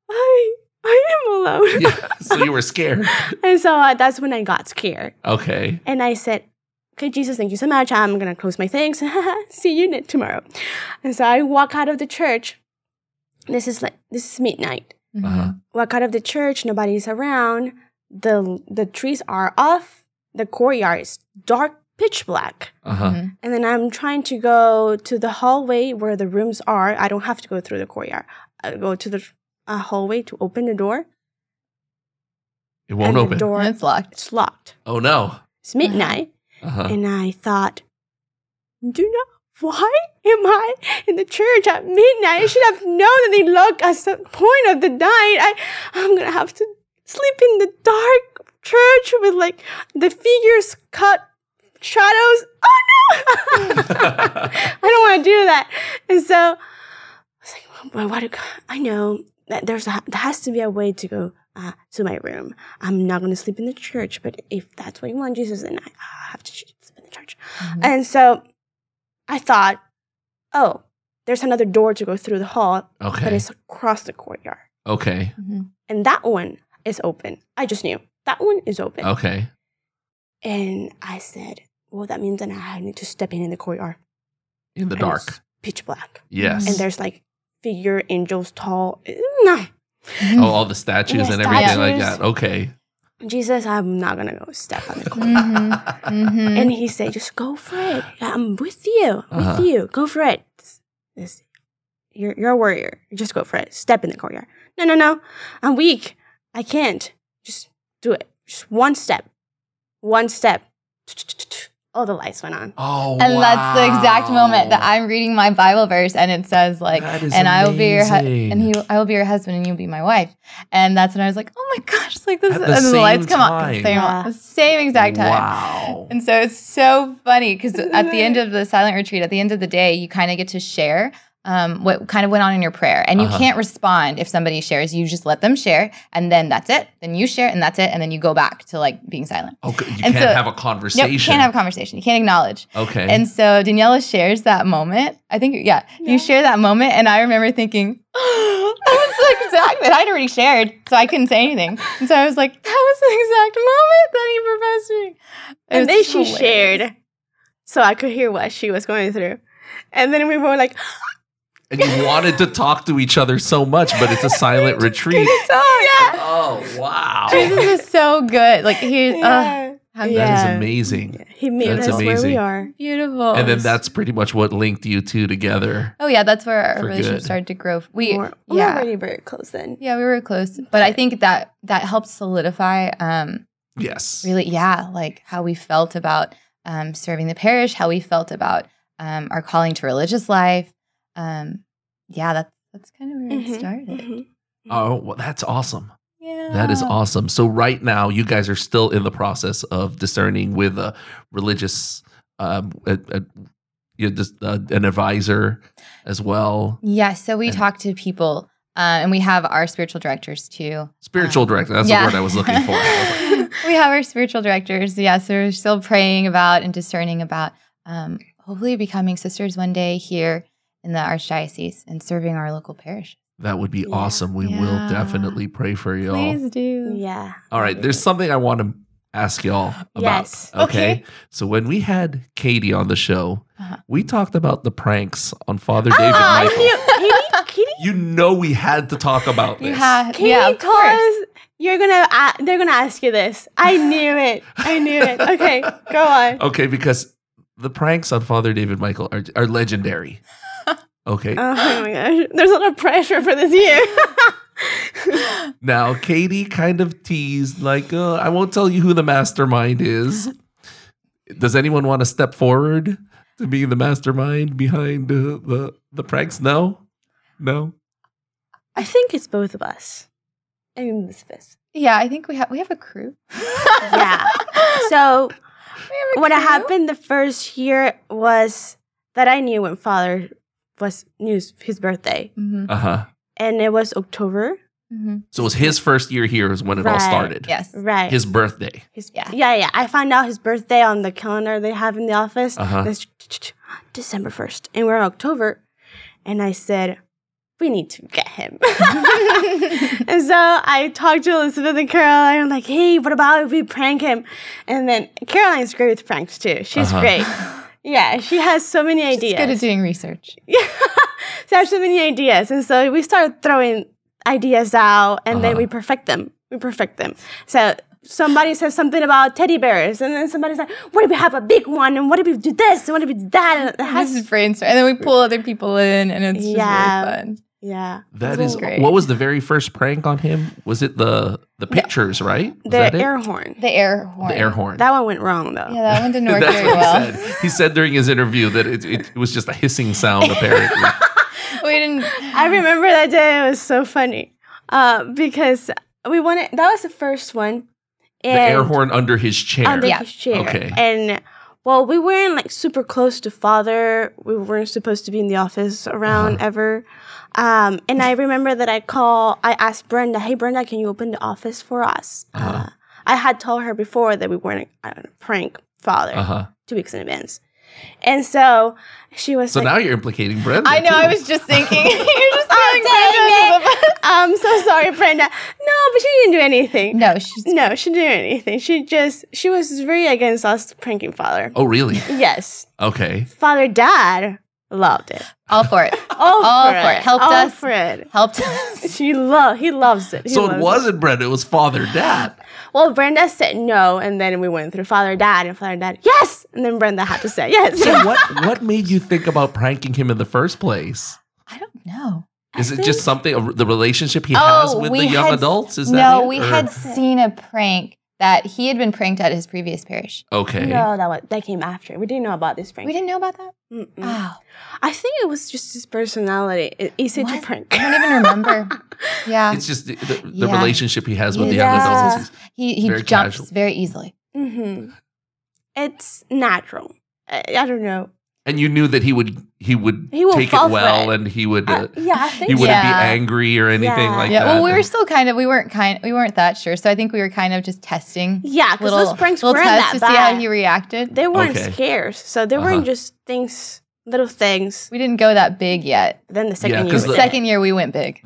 I, I am
<laughs>
alone.
Yeah. So you were scared.
<laughs> and so uh, that's when I got scared.
Okay.
And I said, okay, Jesus, thank you so much. I'm going to close my things. <laughs> See you ne- tomorrow. And so I walk out of the church. This is like, this is midnight.
Uh-huh.
Mhm.
Walk out of the church. Nobody's around. The, the trees are off. The courtyard is dark, pitch black.
Uh huh.
Mm-hmm.
And then I'm trying to go to the hallway where the rooms are. I don't have to go through the courtyard. I go to the uh, hallway to open the door.
It won't
and
open.
The door,
It's locked.
it's locked.
Oh no.
It's midnight.
Uh huh.
And I thought, do not. Why am I in the church at midnight? I should have known that they lock at some point of the night. I, I'm gonna have to sleep in the dark church with like the figures cut shadows. Oh no! <laughs> I don't want to do that. And so I was like, well, what? do- I know that there's a, there has to be a way to go uh, to my room. I'm not going to sleep in the church, but if that's what you want, Jesus, then I I have to sleep in the church.
Mhm.
And so I thought, oh, there's another door to go through the hall, but
okay.
it's across the courtyard.
Okay.
Mhm.
And that one is open. I just knew that one is open.
Okay.
And I said, well, that means that I need to step in in the courtyard,
In the
And
dark.
it's pitch black.
Yes.
and there's like figure angels tall. No,
Oh, all the statues
Yeah,
and everything like
statues.
that. Okay.
Jesus, I'm not gonna go step
oh.
on the court.
Mhm.
Mm.
Mhm.
and he said, just go for it. I'm with you, with
Uh-huh.
you. Go for it. This- this- you're you're a warrior. Just go for it. Step in the courtyard. No, no, no. I'm weak. I can't. Just do it. Just one step. One step. All the lights went on.
<laughs> Oh,
<laughs> And that's the exact moment that
wow.
I'm reading my Bible verse, and it says like,
That is
"And I will be your hu-
amazing.
and he, I will be your husband, and you'll be my wife." And that's when I was like, "Oh my gosh!" <laughs> Like this,
At the
and the
same
lights come on,
time.
same,
Yeah.
the same exact time.
Wow.
And so it's so funny because
Isn't
at the
it?
end of the silent retreat, at the end of the day, you kind of get to share um, what kind of went on in your prayer. And you
Uh-huh.
can't respond if somebody shares. You just let them share, and then that's it. Then you share, and that's it. And then you go back to like being silent.
Okay, you
And
can't
so-
have a
Nope, you
conversation.
can't have a conversation. You can't acknowledge.
okay.
And so Daniela shares that moment. I think, yeah,
Yeah.
you share that moment. And I remember thinking, <gasps> I was like, exactly. And I'd already shared, so I couldn't say anything. And so I was like, that was the exact moment that he proposed to me. It
and then
was
she
hilarious. <laughs>
shared, so I could hear what she was going through. And then we were like,
<laughs> and you wanted to talk to each other so much, but it's a
<laughs>
silent retreat.
oh <laughs> yeah.
Oh, wow.
Jesus is so good. Like, he's uh,
Yeah.
how
Yeah.
good.
That is
uh,
amazing.
He made
That's
us where we
amazing.
are.
beautiful.
And then that's pretty much what linked you two together.
oh, yeah, that's where our
For
relationship
good.
started to grow. We,
We're, we're
yeah.
already very close then.
Yeah, we were close, but I think that that helped solidify um,
Yes.
really, yeah, like how we felt about um, serving the parish, how we felt about um, our calling to religious life. Um, yeah, that's that's kind of where
Mhm,
it started.
mhm.
Oh, well, that's awesome.
Mm-hmm. Yeah,
That is awesome. So right now, you guys are still in the process of discerning with a religious, um, a, a, you just, uh, an advisor as well,
Yeah, so we
And-
talk to people, uh, and we have our spiritual directors too. um,
spiritual director. That's
Yeah.
the word I was looking for. I was like,
<laughs> we have our spiritual directors. Yeah, so we're still praying about and discerning about um, hopefully becoming sisters one day here in the archdiocese and serving our local parish.
that would be
Yeah.
awesome. We will
Yeah.
definitely pray for y'all.
Please do.
Yeah.
All right, there's something I want to ask y'all about.
Yes.
Okay?
Okay.
So when we had Katie on the show,
Uh-huh. Oh,
we talked about the pranks on Father David
I
Michael.
You,
You,
knew-
Kitty,
<laughs>
Kitty,
know we had to talk about this.
You have,
Kitty
yeah, of
told
course.
us you're gonna. a they're gonna ask you this. I knew it. I knew it. Okay, go
<laughs>
on.
Okay, because the pranks on Father David Michael are, are
<laughs>
legendary. Okay.
Oh my gosh, there's a lot of pressure for this
<laughs>
year. <laughs>
Now, Katie kind of teased, like, uh, I won't tell you who the mastermind is. Does anyone want to step forward to be the mastermind behind uh, the, the pranks? No? No?
I think it's both of us. I mean, it's this.
Yeah, I think we have we have a crew.
<laughs>
<laughs>
Yeah. So what happened the first year was that I knew when Father was knew his birthday,
hmm
Uh huh.
and it was October,
hmm
So it was his first year here is when it all
Right.
started.
Yes.
right?
His birthday.
His-
Yeah. <laughs>
yeah, yeah. I found out his birthday on the calendar they have in the office.
Uh-huh.
It's December 1st, and we're in October. And I said, we need to get him. <laughs> and so I talked to Elizabeth and Caroline. I'm like, hey, what about if we prank him? And then Caroline's great with pranks too. She's
Uh-huh. <laughs>
great. Yeah, she has so many
She's
ideas.
good at doing research.
she has so many ideas. And so we started throwing ideas out and then
Uh-huh.
we perfect them. We perfect them. So somebody says something about teddy bears, and then somebody's like, what if we have a big one? And what if we do this? And what if we do that? And it
This
has
is brainstorm, and then we pull other people in, and it's
Yeah.
just really fun.
Yeah.
That
That
is
was great.
what was the very first prank on him? Was it the the pictures, right? Was
The
that it?
air horn.
The air horn.
the air horn.
That one went wrong though.
Yeah, that one
<laughs>
didn't work
That's
very
what he
well.
said. He said during his interview that it, it was just a hissing
<laughs>
sound, apparently.
we didn't.
I remember that day. It was so funny uh, because we wanted. That was the first one.
the
And
air horn under his chair.
Under
Yeah.
his chair.
Okay.
And well, we weren't like super close to father. We weren't supposed to be in the office around
Uh-huh.
ever. Um, and I remember that I call. I asked Brenda, "Hey, Brenda, can you open the office for us?"
Uh-huh.
Uh, I had told her before that we weren't uh, prank father
Uh-huh.
two weeks in advance, and so she was.
So
like,
now you're implicating Brenda.
I know. I
too.
was just thinking. <laughs>
<laughs>
You're just throwing
Oh,
Brenda under the
I'm so sorry, Brenda. No, but she didn't do
bus.
anything.
No, she's
No, she didn't do anything. She just she was very against us pranking father.
Oh really?
Yes,
Okay.
<laughs>
father dad loved it.
all for it.
All,
All
for,
for
it.
it. Helped
All
us.
for it.
Helped us.
<laughs> She love he loves it. He
So it
loves
wasn't Brenda, it was father dad.
Well, Brenda said no, and then we went through father dad and father dad yes, and then Brenda had to say yes. <laughs>
So what what made you think about pranking him in the first place?
I don't know.
Is
I
it just
think-
something the relationship he has
Oh,
with
we
the young
had-
adults? Is that
no,
it?
we
Or-
had seen a prank that he had been pranked at his previous parish.
okay.
No, that was, that came after. We didn't know about this
We
prank.
didn't know about that.
Mm-mm.
Oh,
I think it was just his personality. It- Easy to
What?
prank.
I don't even remember.
<laughs>
Yeah,
It's just the, the, the
Yeah.
relationship he has with the young
Yeah.
adults. is-
he he
very
jumps
casual.
very easily.
Mm-hmm. It's natural. I, I don't know.
And you knew that he would he would
He will
take it
fall for
well,
it.
and he would
I-
uh,
yeah, I think
he wouldn't
Yeah.
be angry or anything
Yeah.
like
yeah.
that.
Well, we were still kind of we weren't kind we weren't that sure. So I think we were kind of just testing
Yeah, because
little
those pranks
little
weren't that
tests to
bad.
see how he reacted.
they weren't
Okay.
scarce, so they
Uh-huh.
weren't just things, little things.
We didn't go that big yet.
Then the second year,
'cause
we
the-
did.
Second year we went big.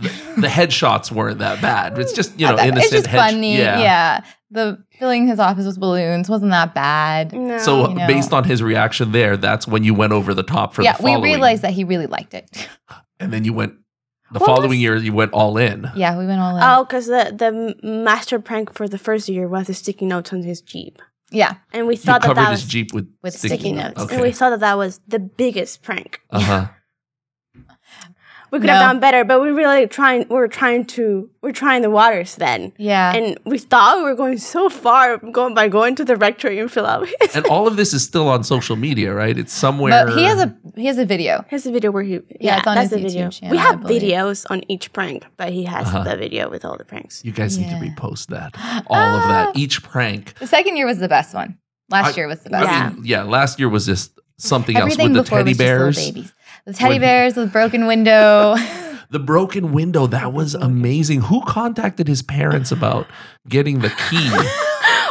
the headshots weren't that bad. It's just you know
That-
innocent.
it's just
head-
funny. Yeah. the filling his office with balloons wasn't that bad.
no.
So
You know.
based on his reaction there, that's when you went over the top for
yeah,
the
we
following.
realized that he really liked it. <laughs>
and then you went the
What
following
was-
year. You went all in.
yeah, we went all
uh,
in.
oh, because the the m- master prank for the first year was the sticky notes on his jeep,
yeah,
and we
You
thought that
covered
that
his
was
jeep with,
with <laughs>
sticky notes, and
Okay. uh-huh.
we thought that that was the biggest prank.
Uh huh.
we could have
No.
done better, but we really trying. We're trying to. We're trying the waters then.
Yeah.
And we thought we were going so far going by going to the rectory in Philadelphia.
And all of this is still on social media, right? It's somewhere.
but he has a he has a video.
<laughs> Here's a video where he. Yeah,
it's on
that's
his
the video.
YouTube channel,
we
I
have
believe.
videos on each prank, but he has
Uh-huh.
the video with all the pranks.
You guys
Yeah.
need to repost that. All of that.
Ah.
Each prank.
<gasps> The second year was the best one. Last
I-
year was the
I
best.
Yeah.
one.
mean, yeah. Last year was just something
Everything
else with the
before
teddy
was just little
bears.
babies. The teddy
With-
bears with broken window. <laughs>
The broken window. That was amazing. Who contacted his parents about getting the key?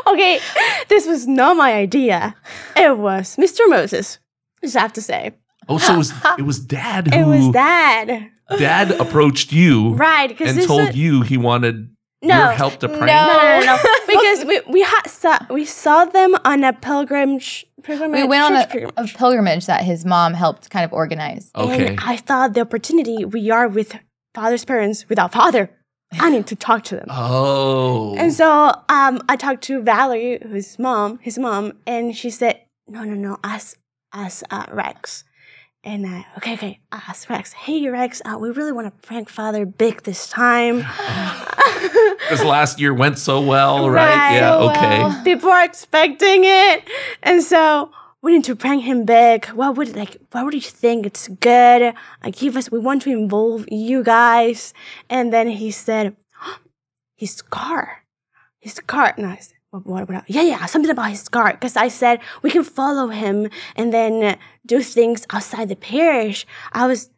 Okay, this was not my idea. It was Mr. Moses. Just have to say,
Oh, so it was, it was dad who
it was that
dad approached you
right because
and
this
told
was,
you he wanted your
no
help to prank.
No.
No,
<laughs>
no, no, no. because we we had saw, we saw them on a pilgrimage. pilgrimage
we went on
church
a, a
pilgrimage.
pilgrimage that his mom helped kind of organize.
Okay.
And I thought the opportunity we are with father's parents without father. I need to talk to them.
Oh.
And so um, I talked to Valerie, who's mom, his mom, and she said, "No, no, no, us, us, uh, Rex." And I, okay, okay, us, Rex. Hey, Rex, uh, we really want to prank father big this time. <laughs>
Because last year went so well, right?
Right.
Yeah,
So
okay.
<laughs>
well.
people are expecting it. And so we need to prank him big. What would like what would you think? It's good. Like give us we want to involve you guys. And then he said, <gasps> his car. His car. And I said, what, what, what, yeah, yeah, something about his car. Because I said we can follow him and then do things outside the parish. I was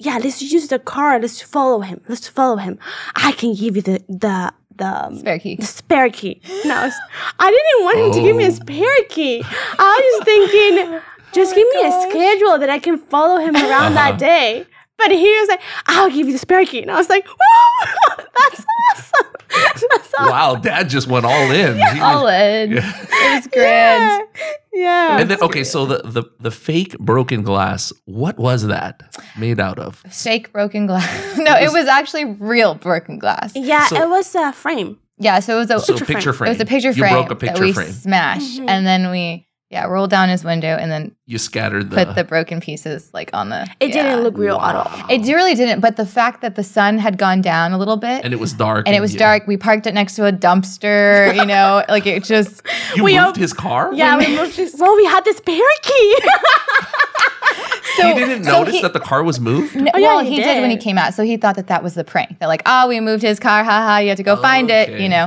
yeah, let's use the car. Let's follow him. Let's follow him. I can give you the the the um,
Spare key.
<laughs>
the spare key. And I, was, I didn't want him to give me
Oh.
a spare key. I was thinking, just
Oh my
give me
gosh.
a schedule that I can follow him
Uh-huh.
around that day. But he was like, I'll give you the spare key. And I was like, whoa, <laughs> that's awesome. that's awesome.
Wow, dad just went all in. He was-
All in.
<laughs> Yeah.
It was
Yeah.
grand.
yeah.
And then okay, so the, the the fake broken glass, what was that made out of?
Fake broken glass. <laughs> No, it was, actually real broken glass.
yeah,
so-
it was a frame.
Yeah, so it was a
So
Picture
picture frame.
it was a picture
You
frame
broke a
that
picture
we
frame.
smashed,
Mhm.
and then we yeah rolled down his window and then
You scattered the
put the broken pieces like on the.
It
yeah.
didn't look real at all.
Wow.
It really didn't, but the fact that the sun had gone down a little bit
and it was dark.
and it was
yeah.
dark, we parked it next to a dumpster. You know, like it just
You
We
moved
op-
his car?
Yeah, we moved this. Well, we had the spare key.
<laughs> so
He didn't
so
notice
he-
that the car was moved?
No,
Oh, yeah,
well,
he
he did. when he
did.
came out. So he thought that that was the prank. They're like, oh, we moved his car. Ha ha. You have to go find it,
Okay.
you know.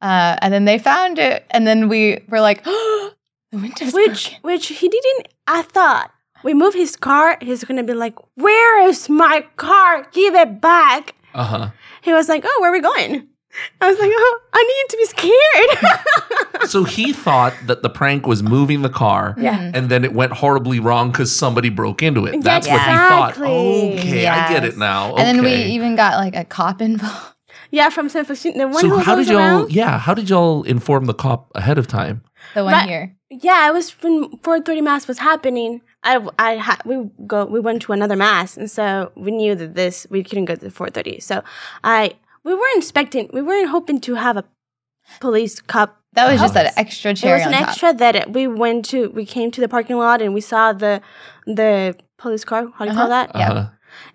Uh, and then they found it. And then we were like, <gasps> oh, the window's
which
broken.
which he didn't i thought we move his car he's gonna be like where is my car give it back
Uh-huh.
he was like oh where are we going i was like oh i need to be scared <laughs>
So he thought that the prank was moving the car.
yeah
And then it went horribly wrong because somebody broke into it. That's what he
Exactly.
thought. Okay, I get
Yes.
it now.
And then we
Okay.
even got like a cop involved. <laughs>
yeah from san francisco the one
so
who
how
goes
did y'all?
around
Yeah, how did y'all inform the cop ahead of time?
The one
Right.
here.
yeah it was when 430 mass was happening i i ha- we go we went to another mass and so we knew that this we couldn't go to the 430 so i we weren't expecting we weren't hoping to have a police cop
That was
Oh,
just an
that's-
extra
It
cherry
was an
on top.
extra that it- we went to. We came to the parking lot and we saw the the police car. How do you call that?
Yeah.
Uh-huh.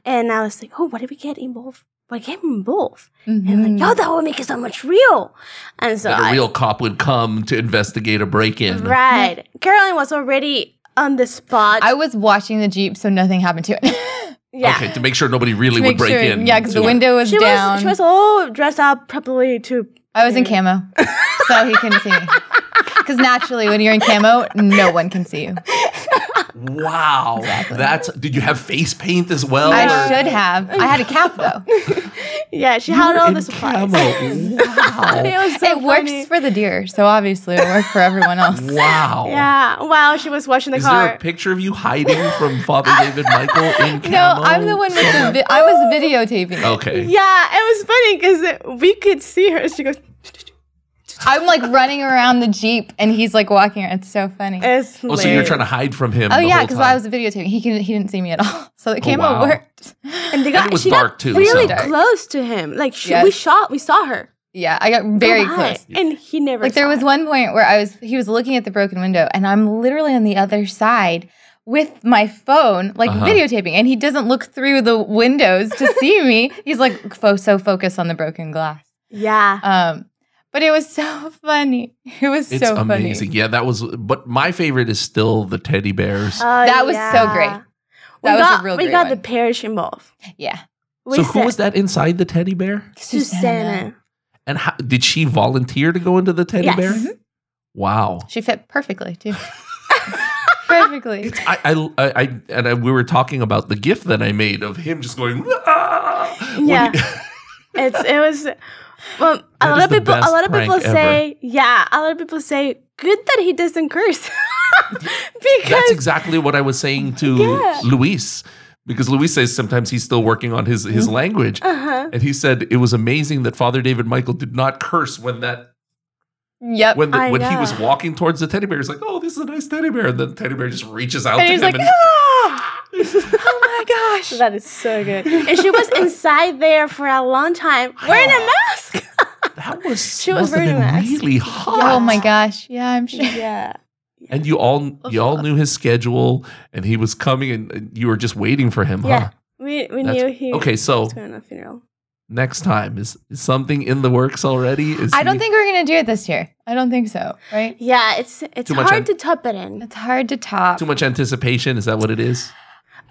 And I was like, oh, what did we get involved? What get involved? And
Mhm.
like, yo, that would make it so much real. And so
That
I,
a real cop would come to investigate a break-in.
right, Caroline was already on the spot.
I was watching the Jeep so nothing happened to it. <laughs>
yeah.
Okay, to make sure nobody really
Make
would break
sure-
in.
Yeah, because the
to-
window was
She
down.
was she was all dressed up properly to
I was in camo, so he couldn't see me. Because naturally, when you're in camo, no one can see you.
Wow, that's. Did you have face paint as well?
I
or-
should have. I had a
<laughs>
cap though.
yeah. She
You
had
were
all
in <laughs>
the supplies. <laughs>
<laughs>
camo. Wow.
was so
it works
funny.
for the deer, so obviously it worked for <laughs> everyone else.
wow.
yeah. Wow. She was washing the
Is
car.
there a picture of you hiding from Father David Michael in camo?
<laughs> No, I'm the one with the. Vi- I was videotaping. it.
Okay.
yeah. It was funny because we could see her. She goes.
I'm like running around the jeep, and he's like walking. around. It's so funny.
It's
Oh, so you're trying to hide from him?
oh
the
yeah,
whole
because
time.
I was videotaping. He can, he didn't see me at all, <laughs> so the camo
wow.
worked.
And they got,
it was
she
dark,
got
too,
really
so-
Dark.
close to him. Like she, we
Yes.
shot, we saw her
Yeah, I got very
Go by.
close.
and he never.
Like there
saw
was
her.
one point where I was he was looking at the broken window and I'm literally on the other side with my phone, like
Uh-huh.
videotaping, and he doesn't look through the windows to see me. He's like fo- so focused on the broken glass.
Yeah.
Um, but it was so <laughs> funny. It was
It's
so
amazing.
funny.
Yeah, that was. But my favorite is still the teddy bears.
Oh,
That was so great.
yeah.
That
we
was a
got,
real
We
great
got the
one.
parish involved.
Yeah.
We
so who
said-
was that inside the teddy bear?
<laughs> Susanna.
And how, did she volunteer to go into the teddy
Yes.
bear?
Mhm.
Wow.
She fit
<laughs>
perfectly too. perfectly.
It's, I, I, I, I- and I, we were talking about the gif that I made of him just going. "Ah!" when
Yeah.
he-
It's it was well
That
a
is
lot of
the
people a
best
lot of
prank
people
ever.
say yeah, a lot of people say good that he doesn't curse. <laughs>
that's
because
exactly what I was saying to
Yeah.
Luis because Luis says sometimes he's still working on his
Mm.
his language,
Oh.
uh-huh.
and he said it was amazing that Father David Michael did not curse when that
Yep.
when the,
I
when he was
know.
walking towards the teddy bear. He's like, "Oh, this is a nice teddy bear," and the teddy bear just reaches out
and
to
he's
him.
like,
and, <laughs>
"Ah!" oh my gosh.
That is so good. And
<laughs>
she was inside there for a long time wearing
<sighs>
a mask.
<laughs> that was
She was
must have
very
been
relaxed.
really hot.
Oh my gosh. Yeah, I'm sure.
yeah.
And you all you all knew his schedule, and he was coming, and, and you were just waiting for him,
Yeah.
huh?
We we
That's-
knew he
Okay, so
was going to a funeral.
next time is, is something in the works already? Is
I don't
he-
think we're gonna do it this year. I don't think so, right?
Yeah, it's it's
Too much
hard
on-
to top it in.
It's hard to top.
too much anticipation. Is that what it is?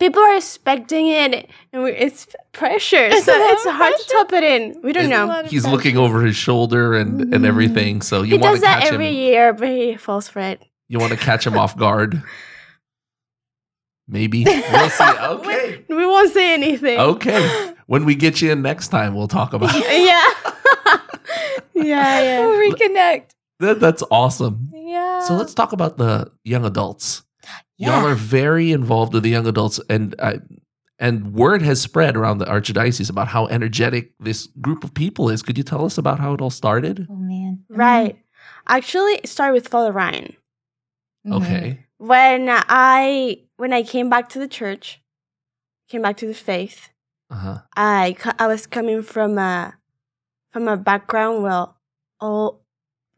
People are expecting it, and we, it's pressure,
It's
so
a lot
it's
of
hard to
pressure.
top it in. We don't
Is-
know.
Lot of
He's
pressure.
looking over his shoulder and, and
Mhm.
everything. So you
Mm-hmm. He
want
does
to
that
catch
every
him.
year, but he falls for it.
You want to catch him off guard.
<laughs>
Maybe we'll see. Okay,
We won't say anything.
okay. When we get you in next time, we'll talk about. It.
<laughs> Yeah. <laughs> yeah, yeah. <laughs>
We'll reconnect.
<laughs> That- That's awesome.
Yeah.
So let's talk about the young adults. Y'all
Yeah.
are very involved with the young adults, and I, and word has spread around the archdiocese about how energetic this group of people is. Could you tell us about how it all started?
Oh man.
Right. Actually, it started with Father Ryan. Mm-hmm.
Mhm.
Okay.
When I when I came back to the church, came back to the faith,
Uh huh.
I co- I was coming from a from a background where all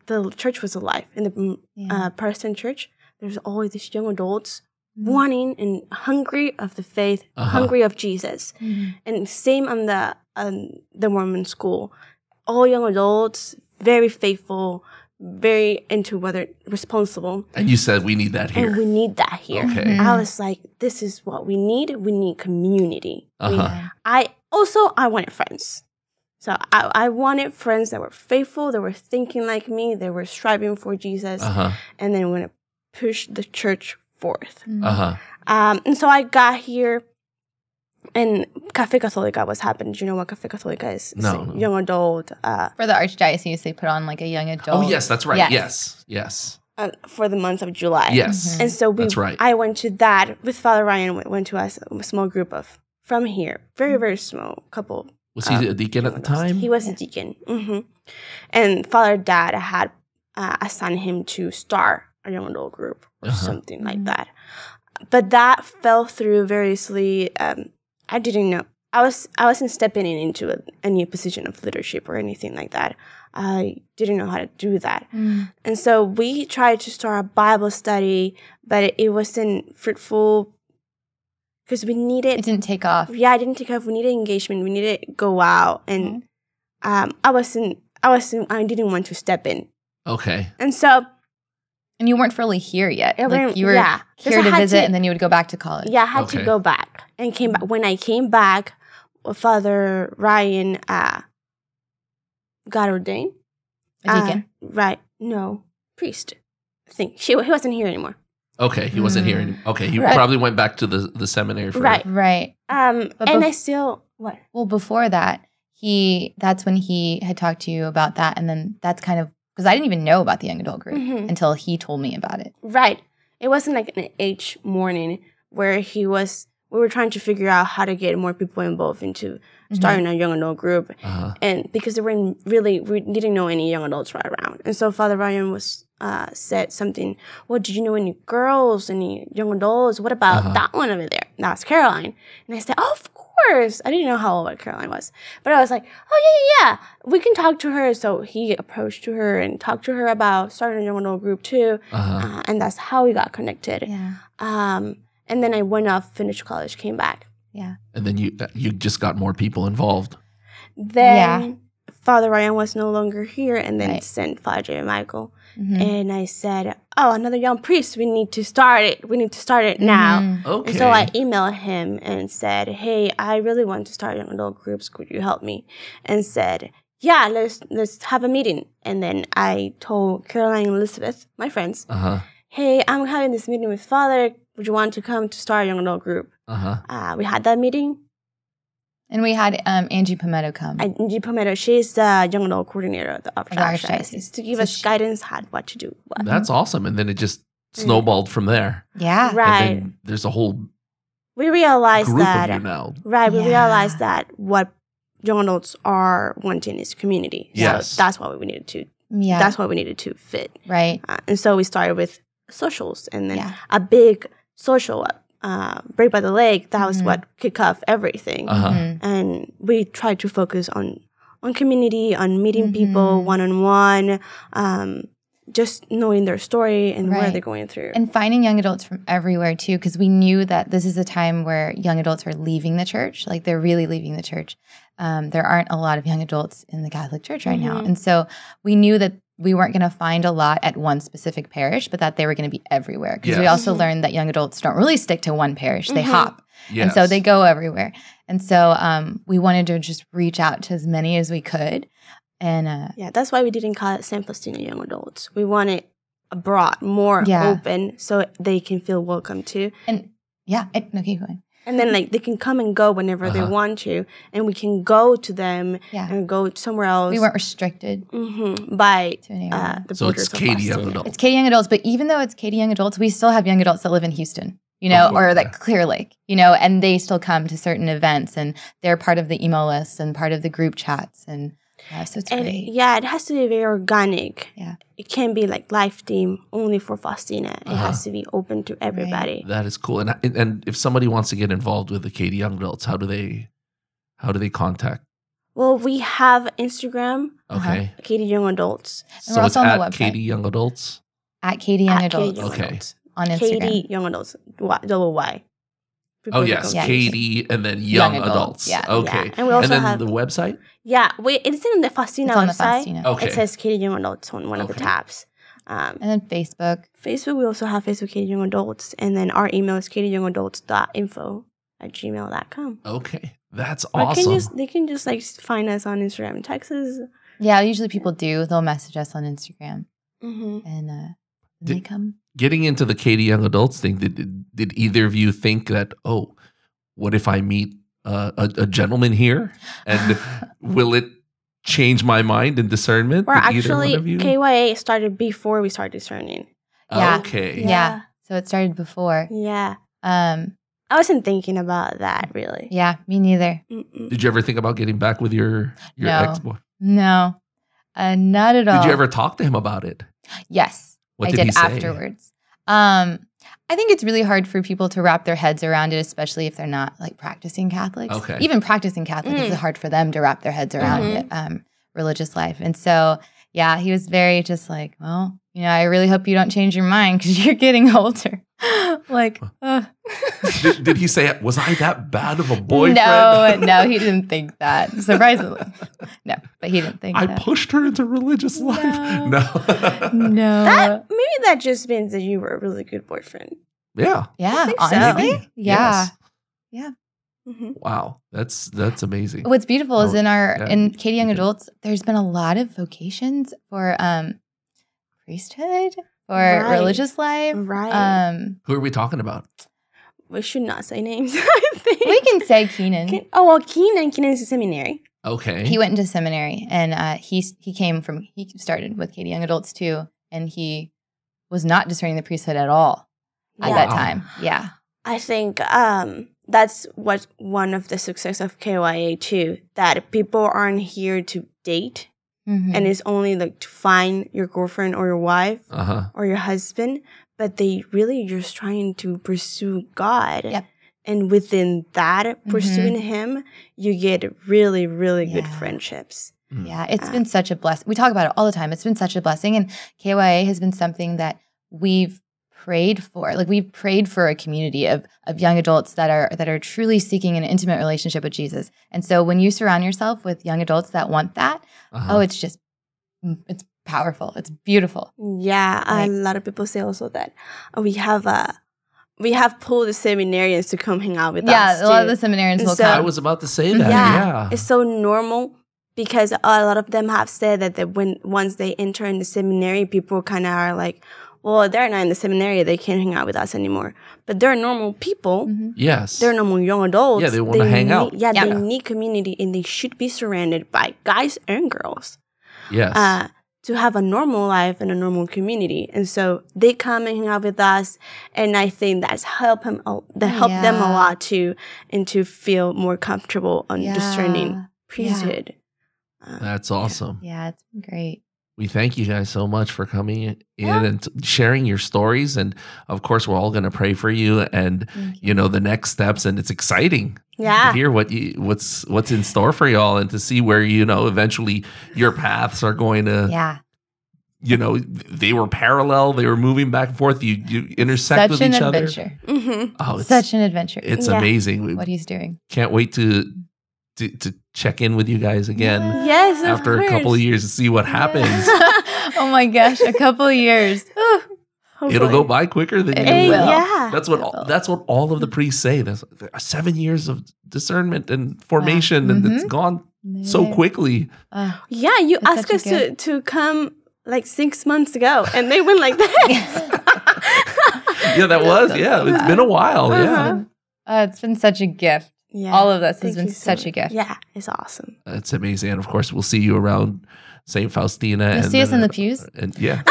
the church was alive in the mm,
Yeah.
uh, Protestant church. There's always these young adults
Mhm.
wanting and hungry of the faith,
Uh-huh.
hungry of Jesus.
Mhm.
and same on the on the Mormon school. All young adults, very faithful, very into whether responsible,
And you said we need that
and
here. Oh.
we need that here.
Mm-hmm.
Okay.
I was like, this is what we need. We need community. We-
Uh-huh.
Yeah.
I also I wanted friends. So I, I wanted friends that were faithful, that were thinking like me, that were striving for Jesus,
Uh huh.
and then want to push the church forth.
Mhm.
Uh huh.
Um, and so I got here, and Cafe Catholica was happening. Do you know what Cafe Catholica is? It's
No,
a
no.
young adult uh,
Mm-hmm. For the archdiocese, they put on like a young adult.
Oh yes, that's right.
Yes.
Yes. Yes.
uh, for the month of July.
Yes.
Mhm.
And so we,
That's right.
I went to that with Father Ryan. Went, went to us a small group of from here, very very small couple.
Was he
Um,
a deacon at the time?
He was a
Yeah.
deacon, hmm and Father Dad had uh, assigned him to start a young adult group or
Uh-huh.
something like
Mhm.
that. But that fell through variously. Um, I didn't know. I was I wasn't stepping in into a, a new position of leadership or anything like that. I didn't know how to do that,
Mhm.
and so we tried to start a Bible study, but it, it wasn't fruitful because we
It
needed.
didn't take off.
Yeah, I didn't take off. We needed engagement. We needed to go out,
Mm-hmm.
and um, I wasn't. I wasn't. I didn't want to step in,
okay.
and so
And you weren't really here yet.
Yeah,
Like
we're-
you were
yeah. 'Cause
here
I
to
had
visit,
to-
and then you would go back to college.
Yeah, I had
Okay.
to go back and came back. When I came back, Father Ryan uh, got ordained.
A deacon.
Uh, right? No, priest. I think she he wasn't here anymore.
Okay. He wasn't here
Mm.
anymore. Okay. He
Mm-hmm. Right.
probably went back to the, the seminary for
Right.
right.
Um,
But
and
bef-
I still what?
Well, before that, he that's when he had talked to you about that, and then that's kind of because I didn't even know about the young adult group
Mhm.
until he told me about it.
Right. It wasn't like an H morning where he was. We were trying to figure out how to get more people involved into
Mm-hmm.
starting a young adult group,
Uh-huh.
and because there were really we didn't know any young adults right around and so father ryan was uh, said something well did you know any girls any young adults what about
Uh-huh.
that one over there that's caroline and i said oh of course i didn't know how old caroline was but i was like oh yeah yeah yeah we can talk to her so he approached to her and talked to her about starting a young adult group too
Uh-huh.
uh, and that's how we got connected
Yeah.
um, And then I went off, finished college, came back.
And then you you just got more people involved.
Then Father Ryan was no longer here, and then
Right.
sent Father Jeremichael.
Mhm.
And I said, "Oh, another young priest. We need to start it. We need to start it now."
Mhm.
Okay.
And so I emailed him and said, "Hey, I really want to start young adult groups. Could you help me?" And said, "Yeah, let's let's have a meeting." And then I told Caroline and Elizabeth, my friends,
uh huh.
"Hey, I'm having this meeting with Father. Would you want to come to start a young adult group?"
Uh huh.
Uh, we had that meeting.
And we had um, Angie Pometto come.
I, Angie Pomero, she's the young adult coordinator of the
the
archdiocese,
archdiocese.
to give
So
us
she-
guidance on what to do. What.
That's awesome. And then it just snowballed from there.
yeah.
Mm. Right.
And then there's a whole
We realized
group
that.
of you now.
Right, we
Yeah.
realized that what young adults are wanting is community.
Yes.
So that's what we needed to
Yeah.
that's what we needed to fit.
right.
Uh, and so we started with socials and then
Yeah.
a big social uh, break by the lake, that
Mm-hmm.
was what kicked off everything.
Uh-huh.
Mhm.
And we tried to focus on on community, on meeting people
Mhm.
one on one, um, just knowing their story and where
Right.
they're going through.
And finding young adults from everywhere too, because we knew that this is a time where young adults are leaving the church. Like they're really leaving the church. Um, there aren't a lot of young adults in the Catholic Church right now.
Mhm.
And so we knew that we weren't going to find a lot at one specific parish, but that they were going to be everywhere. Because we
Yes.
also
Mhm.
learned that young adults don't really stick to one parish, they
Mhm.
hop.
Yes.
And so they go everywhere. And so um, we wanted to just reach out to as many as we could. And uh,
Yeah, that's why we didn't call it San Faustino Young Adults. We want it broad, more
Yeah.
open, so they can feel welcome too.
and yeah, it, no, keep going.
And then like they can come and go whenever they
Uh-huh.
want to, and we can go to them
Yeah.
and go somewhere else.
We weren't restricted
Mhm, by
to an area.
uh, the
So
borders
it's Katie
of
Young
Pasadena.
Adult.
It's Katy Young Adults, but even though it's Katy Young Adults, we still have young adults that live in Houston, you know,
Oh,
or
okay.
like Clear Lake, you know, and they still come to certain events and they're part of the email list and part of the group chats. And uh, so it's
And
great.
yeah, it has to be very organic.
Yeah.
It can be like live team only for Faustina. It
Uh-huh.
has to be open to everybody.
That is cool. And and if somebody wants to get involved with the Katie Young Adults, how do they how do they contact?
Well, we have Instagram,
Uh-huh.
Okay.
Katie Young Adults.
So
we're
it's
also on
at
the website.
Katie Young Adults.
At Katy Young
at Katie
Adults
Young
Okay.
Adults.
on Instagram.
Katie Young Adults, y, double Y.
Oh
People get
yes,
Yeah.
confused.
Katie and then Young,
Young
Adults.
Adults, yeah.
Okay.
Yeah. And we also
and then
have,
the website.
yeah, wait, it's in the Fastina
It's on the
website.
Faustina.
Okay.
It says Katie Young Adults on one of the
Okay.
tabs. Um,
And then Facebook.
Facebook, we also have Facebook Katie Young Adults, and then our email is katieyoungadults.info at gmail.com.
okay. That's
Or Can
awesome.
just, they can just like find us on Instagram, Texas.
Yeah, usually people do. They'll message us on Instagram
Mm-hmm.
and uh,
Did-
they come.
Getting into the Katie Young Adults thing, did did either of you think that oh, what if I meet uh, a, a gentleman here,
<sighs>
and will it change my mind and discernment?
Or
Did either one
actually,
of you- Oh,
KYA started before we started discerning.
Yeah.
Okay.
Yeah. So it started before.
Yeah.
Um,
I wasn't thinking about that really.
yeah, me neither.
Mm-mm.
Did you ever think about getting back with your your
No.
ex boy?
No, uh, not at all.
Did you ever talk to him about it?
Yes.
What
I
did,
did,
he say?
afterwards. Um, I think it's really hard for people to wrap their heads around it, especially if they're not like practicing Catholics.
Okay.
Even practicing Catholic,
Mm.
it's hard for them to wrap their heads around
Mhm.
it, um, religious life. And so, yeah, he was very just like, well, you know, I really hope you don't change your mind because <laughs> you're getting older. <laughs> like, uh.
did, did he say, "Was I that bad of a boyfriend"?
no, no,
<laughs>
he didn't think that. Surprisingly, <laughs> no, but he didn't think
I
that.
pushed her into religious life.
No.
<laughs> No.
<laughs> no.
That maybe that just means that you were a really good boyfriend.
yeah.
yeah,
think so.
honestly,
Maybe.
yeah.
Yes.
Mm-hmm.
Wow. That's that's amazing.
What's beautiful is
Oh,
in our
yeah,
in Katie Young
you can-
Adults, there's been a lot of vocations for um priesthood for
Right.
religious life.
Right. <laughs>
Um
Who are we talking about?
we should not say names. <laughs> I think.
we can say Keenan.
Can- oh well, Keenan. Keenan's a seminary.
Okay.
He went into seminary and uh he he came from he started with Katie Young Adults too, and he was not discerning the priesthood at all at
Yeah.
that
Wow.
time. Yeah.
I think um, that's what one of the success of KYA too. That people aren't here to date,
Mhm.
and it's only like to find your girlfriend or your wife
uh huh.
Uh-huh.
or your husband, but they really just trying to pursue God.
Yep. Mm-hmm.
And within that, pursuing Him, you get really, really good
Yeah.
friendships.
Hmm. Mm.
Yeah,
Ah.
it's been such a blessing. We talk about it all the time. It's been such a blessing. And KYA has been something that we've prayed for. Like we've prayed for a community of of young adults that are that are truly seeking an intimate relationship with Jesus. And so when you surround yourself with young adults that want that,
Uh-huh.
oh, it's just mm, it's powerful. It's beautiful.
Yeah,
Right.
a lot of people say also that uh, we have uh, we have pulled the seminarians to come hang out with us.
yeah, a lot of
too.
the seminarians
And
will
so-
I
come.
was about to say that. Yeah.
Yeah. It's so normal because a lot of them have said that, that when once they enter in the seminary, people kind of are like, well, they're not in the seminary; they can't hang out with us anymore. But they're normal people.
Mhm.
Yes.
They're normal young adults.
Yeah, they wanna hang
need-
out.
Yeah, they
Yeah.
need community, and they should be surrounded by guys and girls
yes.
uh, to have a normal life in a normal community. And so they come and hang out with us, and I think that's help him a- that helped them a
Yeah.
lot too, and to feel more comfortable on discerning
Yeah.
priesthood. Uh,
That's awesome.
Yeah, it's been great.
We thank you guys so much for coming in
Yeah.
and t- sharing your stories. And of course, we're all going to pray for you and,
Thank
you know, the next steps. And it's exciting to
Ah.
yeah,
hear what you, what's, what's in store for y'all and to see where, you know, eventually your paths are going to,
Yeah.
you know, th- they were parallel. They were moving back and forth. You, you intersect
Such
with
an
each other.
adventure.
hmm
Oh, it's,
Such an adventure.
it's
Yeah.
amazing. We
what he's doing.
can't wait to, to, to check in with you guys again
Yes, of
after a couple of
course.
years to see what happens.
Yes. <laughs> oh my gosh, a couple years. Ooh.
It'll go by quicker than you
It
think.
will. Mm.
yeah.
That's what
It will.
that's what all of the priests say. That's there are seven years of discernment and formation, and
Uh-huh.
it's gone so
Yeah.
quickly. <laughs>
<laughs> Wow.
yeah, you
That's
asked
such
us
a
to, to come like six months ago, and they went like
<laughs>
that.
<laughs> Yeah, that was.
That's
Yeah,
so
it's
bad.
been a while.
Uh-huh.
Yeah,
Uh, it's been such a gift.
yeah.
All of this
Thank
has been
you so
such a
much.
gift.
Yeah, it's awesome.
that's amazing. And of course, we'll see you around Saint Faustina.
You'll
and uh,
see us in the pews.
And
<laughs>
yeah,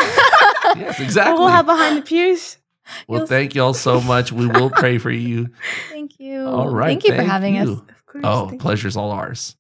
yes, exactly.
We'll
Well,
have behind the pews.
you'll-
thank y'all so much. We will pray for you.
<laughs> Thank you.
All right.
Thank you for having us.
you.
Of course.
Oh,
thank you.
pleasure's all ours.